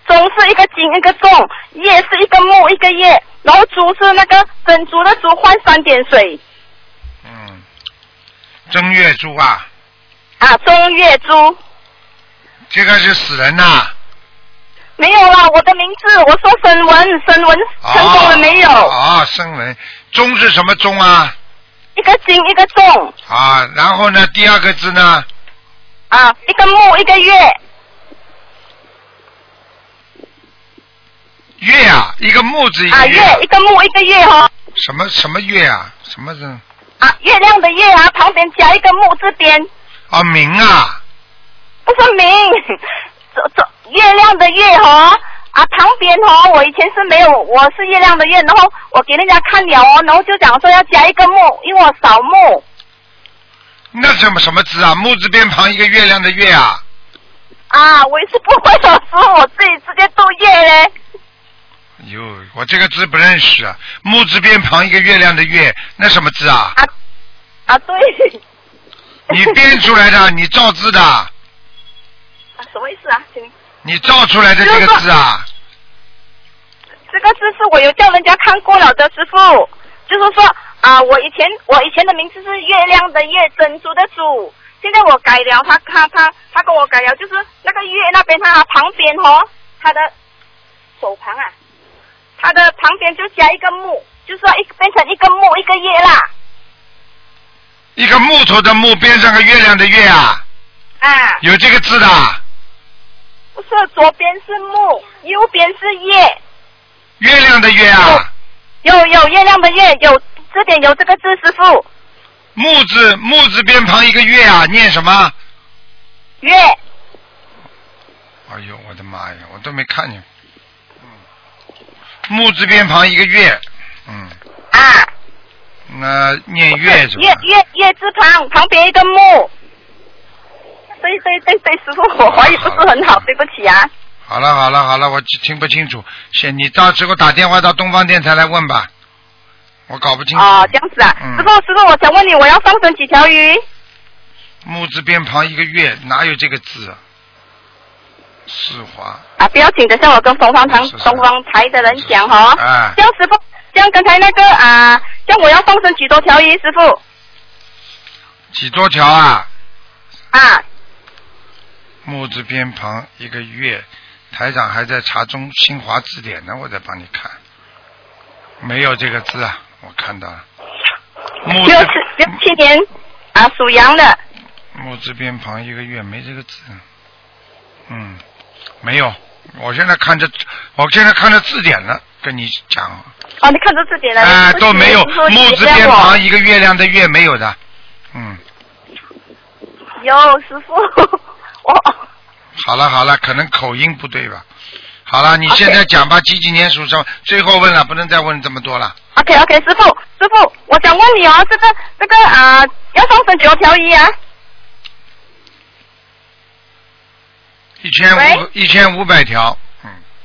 [SPEAKER 5] 中是一个金一个重，叶是一个木一个叶，然后猪是那个珍珠的珠换三点水
[SPEAKER 1] 嗯，正月猪啊，
[SPEAKER 5] 啊，中叶猪
[SPEAKER 1] 这个是死人呐、
[SPEAKER 5] 没有啦，我的名字，我说生文，生文
[SPEAKER 1] 哦
[SPEAKER 5] 成功了没有？
[SPEAKER 1] 哦，生人，中是什么中啊？
[SPEAKER 5] 一个金一个重
[SPEAKER 1] 啊，然后呢，第二个字呢？
[SPEAKER 5] 啊，一个木一个叶
[SPEAKER 1] 月啊，一个木字一
[SPEAKER 5] 啊，
[SPEAKER 1] 个
[SPEAKER 5] 月一个木一个叶哦。
[SPEAKER 1] 什么什么月啊？什么字？
[SPEAKER 5] 啊，月亮的月啊，旁边加一个木字边，
[SPEAKER 1] 啊，明啊，
[SPEAKER 5] 不是明， 这这月亮的月哦，啊旁边哦，我以前是没有，我是月亮的月，然后我给人家看了哦，然后就讲说要加一个木，因为我扫墓
[SPEAKER 1] 那什么什么字啊？木字边旁一个月亮的月啊？
[SPEAKER 5] 啊，我也是不会扫书，我自己直接读月嘞。
[SPEAKER 1] 哟，我这个字不认识啊。木字边旁一个月亮的月，那什么字啊？
[SPEAKER 5] 啊啊对，
[SPEAKER 1] 你编出来的，你造字的，
[SPEAKER 5] 啊什么意思啊？请
[SPEAKER 1] 你造出来的这个字啊？
[SPEAKER 5] 这个字是我有叫人家看过了的，师傅，就是说啊、我以前我以前的名字是月亮的月，珍珠的珠，现在我改了，他他他他跟我改了，就是那个月那边他旁边哦，他的手旁啊，他的旁边就加一个木，就是说一变成一个木一个月啦，
[SPEAKER 1] 一个木头的木边上个月亮的月啊？
[SPEAKER 5] 啊，
[SPEAKER 1] 有这个字的啊？
[SPEAKER 5] 不是左边是木，右边是月，
[SPEAKER 1] 月亮的月啊？
[SPEAKER 5] 有有月亮的月，有这边有这个字，师傅，
[SPEAKER 1] 木字木字边旁一个月啊？念什么？
[SPEAKER 5] 月
[SPEAKER 1] 哎呦，我的妈呀，我都没看见。嗯，木字边旁一个月，嗯，
[SPEAKER 5] 啊。
[SPEAKER 1] 那念月是
[SPEAKER 5] 月
[SPEAKER 1] 吧？
[SPEAKER 5] 月月字旁旁边一个木。对对对对，师傅，我华语不是很好，对不起啊。
[SPEAKER 1] 好了好了好了，我听不清楚，先你到时候打电话到东方电台来问吧，我搞不清楚。
[SPEAKER 5] 哦，这样子啊，
[SPEAKER 1] 嗯
[SPEAKER 5] 师傅师傅，我想问你，我要放生几条鱼？
[SPEAKER 1] 木字边旁一个月，哪有这个字啊？世华，
[SPEAKER 5] 啊，不要紧，等下我跟东方堂
[SPEAKER 1] 是是
[SPEAKER 5] 东方台的人讲哦。
[SPEAKER 1] 哎
[SPEAKER 5] 这样师傅，这样刚才那个啊，这样我要放生几多条鱼，师傅？
[SPEAKER 1] 几多条啊？
[SPEAKER 5] 啊，
[SPEAKER 1] 木字边旁一个月，台长还在查中新华字典呢，我在帮你看，没有这个字啊，我看到了。木
[SPEAKER 5] 六
[SPEAKER 1] 字
[SPEAKER 5] 十六七年啊，属羊的。
[SPEAKER 1] 木字边旁一个月没这个字，嗯，没有。我现在看着，我现在看着字典了，跟你讲，啊、
[SPEAKER 5] 哦，你看着自己了。对不起
[SPEAKER 1] 都没有
[SPEAKER 5] 师傅
[SPEAKER 1] 木字
[SPEAKER 5] 你原谅
[SPEAKER 1] 边
[SPEAKER 5] 我
[SPEAKER 1] 旁一个月亮的月没有的，嗯，
[SPEAKER 5] 有师傅，我
[SPEAKER 1] 好了好了，可能口音不对吧？好了，你现在讲
[SPEAKER 5] 啊
[SPEAKER 1] 吧，几几年属什么？最后问了，不能再问这么多了。
[SPEAKER 5] OK OK，师傅师傅，我想问你哦，这个这个啊、要放生九条鱼啊？
[SPEAKER 1] 一千五一千五百条，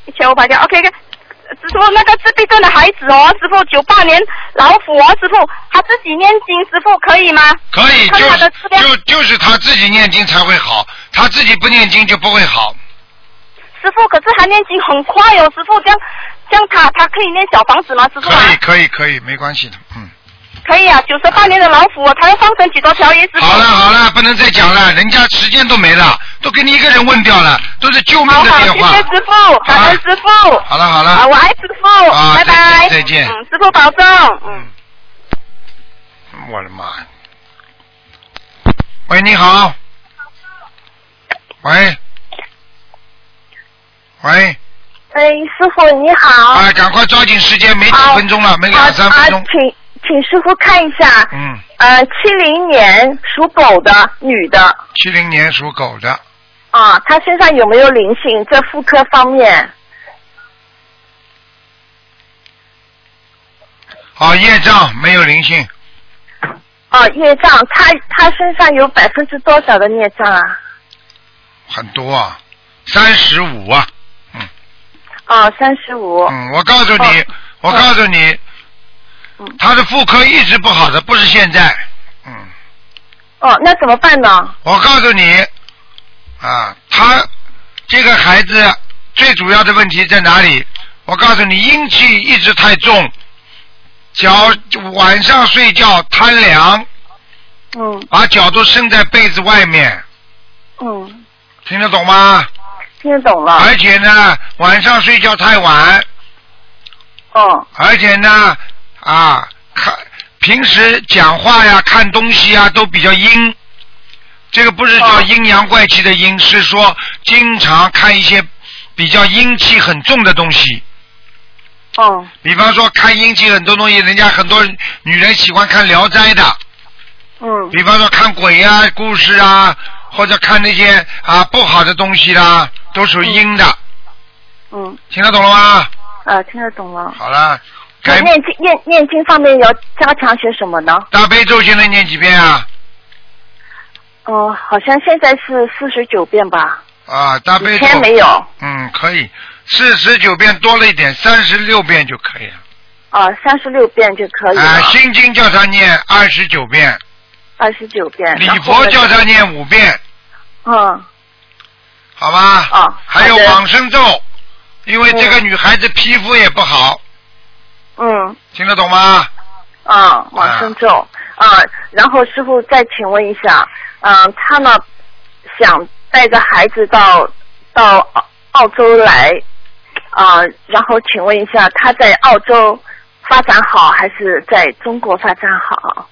[SPEAKER 5] 一千五百条。OK，师傅，那个自闭症的孩子哦，师傅九八年老虎哦，师傅他自己念经，师傅可以吗？
[SPEAKER 1] 可以，
[SPEAKER 5] 看
[SPEAKER 1] 就
[SPEAKER 5] 他的
[SPEAKER 1] 是
[SPEAKER 5] 质量。
[SPEAKER 1] 就就是他自己念经才会好，他自己不念经就不会好。
[SPEAKER 5] 师傅，可是他念经很快哦，师傅这样这样他他可以念小房子吗？师傅、啊、
[SPEAKER 1] 可以可以可以，没关系的，嗯。
[SPEAKER 5] 可以啊，九十八年的老虎哦，他要放生几多条鱼？师傅
[SPEAKER 1] 好了好了，不能再讲了，人家时间都没了，都给你一个人问掉了，都是救命的
[SPEAKER 5] 好，
[SPEAKER 1] 电
[SPEAKER 5] 谢
[SPEAKER 1] 话
[SPEAKER 5] 谢。师傅，感恩师傅。
[SPEAKER 1] 好了好了，
[SPEAKER 5] 啊，我爱师傅，
[SPEAKER 1] 啊
[SPEAKER 5] 拜拜。
[SPEAKER 1] 再见再见
[SPEAKER 5] 嗯，师傅保重。嗯，
[SPEAKER 1] 我的妈呀！喂，你好。喂。喂，
[SPEAKER 3] 哎，师傅你好。
[SPEAKER 1] 哎，赶快抓紧时间，没几分钟了，没
[SPEAKER 3] 啊
[SPEAKER 1] 两三分钟
[SPEAKER 3] 啊。请请师傅看一下，
[SPEAKER 1] 嗯，
[SPEAKER 3] 呃，七零年属狗的女的
[SPEAKER 5] 啊
[SPEAKER 1] 七零年属狗的，
[SPEAKER 3] 啊，她身上有没有灵性？在妇科方面
[SPEAKER 1] 好业障没有灵性，
[SPEAKER 3] 啊，业障，她她身上有百分之多少的孽障啊？
[SPEAKER 1] 很多啊，三十五啊。
[SPEAKER 3] 啊，三十五。哦
[SPEAKER 1] 嗯，我告诉你，我告诉你，
[SPEAKER 3] 嗯
[SPEAKER 1] 他的妇科一直不好的，不是现在。
[SPEAKER 3] 哦，那怎么办呢？
[SPEAKER 1] 我告诉你，啊，他这个孩子最主要的问题在哪里？我告诉你，阴气一直太重，脚晚上睡觉贪凉，
[SPEAKER 3] 嗯
[SPEAKER 1] 把脚都伸在被子外面，
[SPEAKER 3] 嗯，
[SPEAKER 1] 听得懂吗？
[SPEAKER 3] 听得懂了。
[SPEAKER 1] 而且呢，晚上睡觉太晚，
[SPEAKER 3] 哦，
[SPEAKER 1] 而且呢，啊，看平时讲话呀、看东西呀都比较阴。这个不是
[SPEAKER 3] 哦
[SPEAKER 1] 叫阴阳怪气的阴，是说经常看一些比较阴气很重的东西。
[SPEAKER 3] 哦。
[SPEAKER 1] 比方说看阴气很多东西，人家很多女人喜欢看《聊斋》的。
[SPEAKER 3] 嗯。
[SPEAKER 1] 比方说看鬼呀、故事啊，或者看那些啊不好的东西啦，都属于阴的。
[SPEAKER 3] 嗯，
[SPEAKER 1] 听得懂了吗？
[SPEAKER 3] 啊，听得懂了。
[SPEAKER 1] 好了，
[SPEAKER 3] 那念经念念经方面要加强些什么呢？
[SPEAKER 1] 大悲咒现在念几遍啊？
[SPEAKER 3] 哦、好像现在是四十九遍吧。
[SPEAKER 1] 啊，大悲
[SPEAKER 3] 以
[SPEAKER 1] 咒
[SPEAKER 3] 前没有。
[SPEAKER 1] 嗯，可以，四十九遍多了一点，三十六遍就可以了。
[SPEAKER 3] 啊，三十六遍就可以
[SPEAKER 1] 啊，
[SPEAKER 3] 了，
[SPEAKER 1] 心经叫他念二十九遍，
[SPEAKER 3] 二十九遍。
[SPEAKER 1] 礼
[SPEAKER 3] 然后
[SPEAKER 1] 佛
[SPEAKER 3] 呢
[SPEAKER 1] 叫他。念五遍，
[SPEAKER 3] 嗯，
[SPEAKER 1] 好吧？
[SPEAKER 3] 啊，
[SPEAKER 1] 还有
[SPEAKER 3] 好的
[SPEAKER 1] 往生咒，因为这个女孩子皮肤也不好，
[SPEAKER 3] 嗯，
[SPEAKER 1] 听得懂吗？
[SPEAKER 3] 啊，往生咒啊，然后师傅再请问一下，嗯、他呢想带着孩子到到澳澳洲来，啊，然后请问一下他在澳洲发展好还是在中国发展好？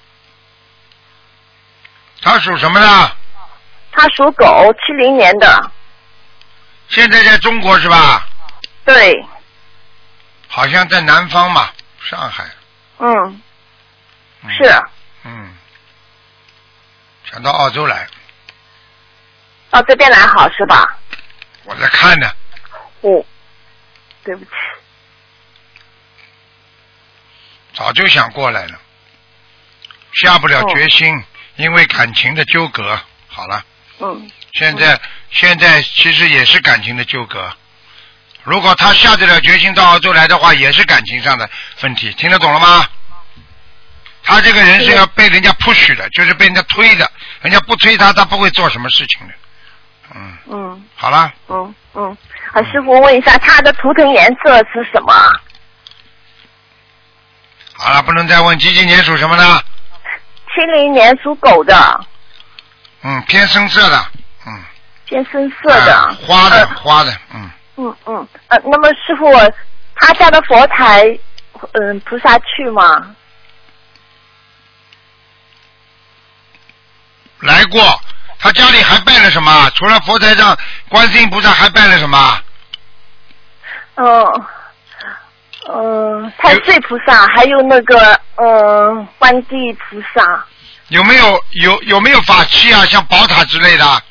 [SPEAKER 1] 她属什么的？
[SPEAKER 3] 他属狗，七零年的，
[SPEAKER 1] 现在在中国是吧？
[SPEAKER 3] 对，
[SPEAKER 1] 好像在南方嘛，上海。
[SPEAKER 3] 嗯，
[SPEAKER 1] 嗯
[SPEAKER 3] 是。
[SPEAKER 1] 嗯，想到澳洲来，
[SPEAKER 3] 到这边来好是吧？
[SPEAKER 1] 我在看呢。
[SPEAKER 3] 哦，对不起，
[SPEAKER 1] 早就想过来了，下不了
[SPEAKER 3] 哦
[SPEAKER 1] 决心，因为感情的纠葛。好了，
[SPEAKER 3] 嗯
[SPEAKER 1] 现在、现在其实也是感情的纠葛。如果他下得了决心到澳洲来的话，也是感情上的问题，听得懂了吗？他这个人是要被人家 push 的，就是被人家推的，人家不推他，他不会做什么事情的。嗯，
[SPEAKER 3] 嗯
[SPEAKER 1] 好了，
[SPEAKER 3] 嗯嗯。啊，师傅问一下，他的图腾颜色是什么？
[SPEAKER 1] 好了，不能再问几几年属什么的，
[SPEAKER 3] 七零年属狗的，
[SPEAKER 1] 嗯，偏深色的，
[SPEAKER 3] 偏深色的。
[SPEAKER 1] 啊花
[SPEAKER 3] 呃
[SPEAKER 1] 的、花的，嗯。
[SPEAKER 3] 嗯嗯呃，那么师傅，他家的佛台，嗯，菩萨去吗？
[SPEAKER 1] 来过，他家里还拜了什么？除了佛台上观世音菩萨，还拜了什么？嗯
[SPEAKER 3] 哦，呃嗯、太岁菩萨，还有那个嗯、呃观地菩萨。
[SPEAKER 1] 有没有有有没有法器啊？像宝塔之类的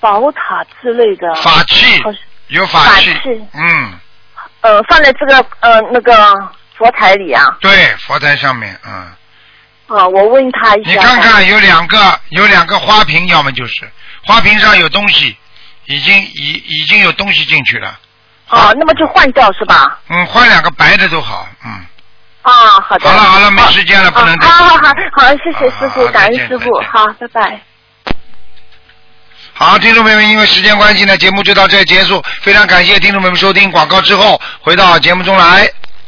[SPEAKER 3] 宝塔之类的。
[SPEAKER 1] 法器
[SPEAKER 3] 好像，
[SPEAKER 1] 有
[SPEAKER 3] 法
[SPEAKER 1] 器。
[SPEAKER 3] 器
[SPEAKER 1] 嗯，
[SPEAKER 3] 呃，放在这个呃那个佛台里啊。
[SPEAKER 1] 对，佛台上面，嗯，
[SPEAKER 3] 啊，我问他一下。
[SPEAKER 1] 你看看有两个有两个花瓶，要么就是花瓶上有东西，已经已已经有东西进去了。
[SPEAKER 3] 啊，那么就换掉是吧？
[SPEAKER 1] 嗯，换两个白的都好，嗯。
[SPEAKER 3] 啊，好的。
[SPEAKER 1] 好了好了，没时间了，不能
[SPEAKER 3] 啊，
[SPEAKER 1] 再。
[SPEAKER 3] 好好好，好，谢谢师傅，感恩
[SPEAKER 1] 再见
[SPEAKER 3] 师傅，好，拜拜。
[SPEAKER 1] 好，听众朋友们，因为时间关系呢，节目就到这儿结束。非常感谢听众朋友们收听广告之后回到节目中来。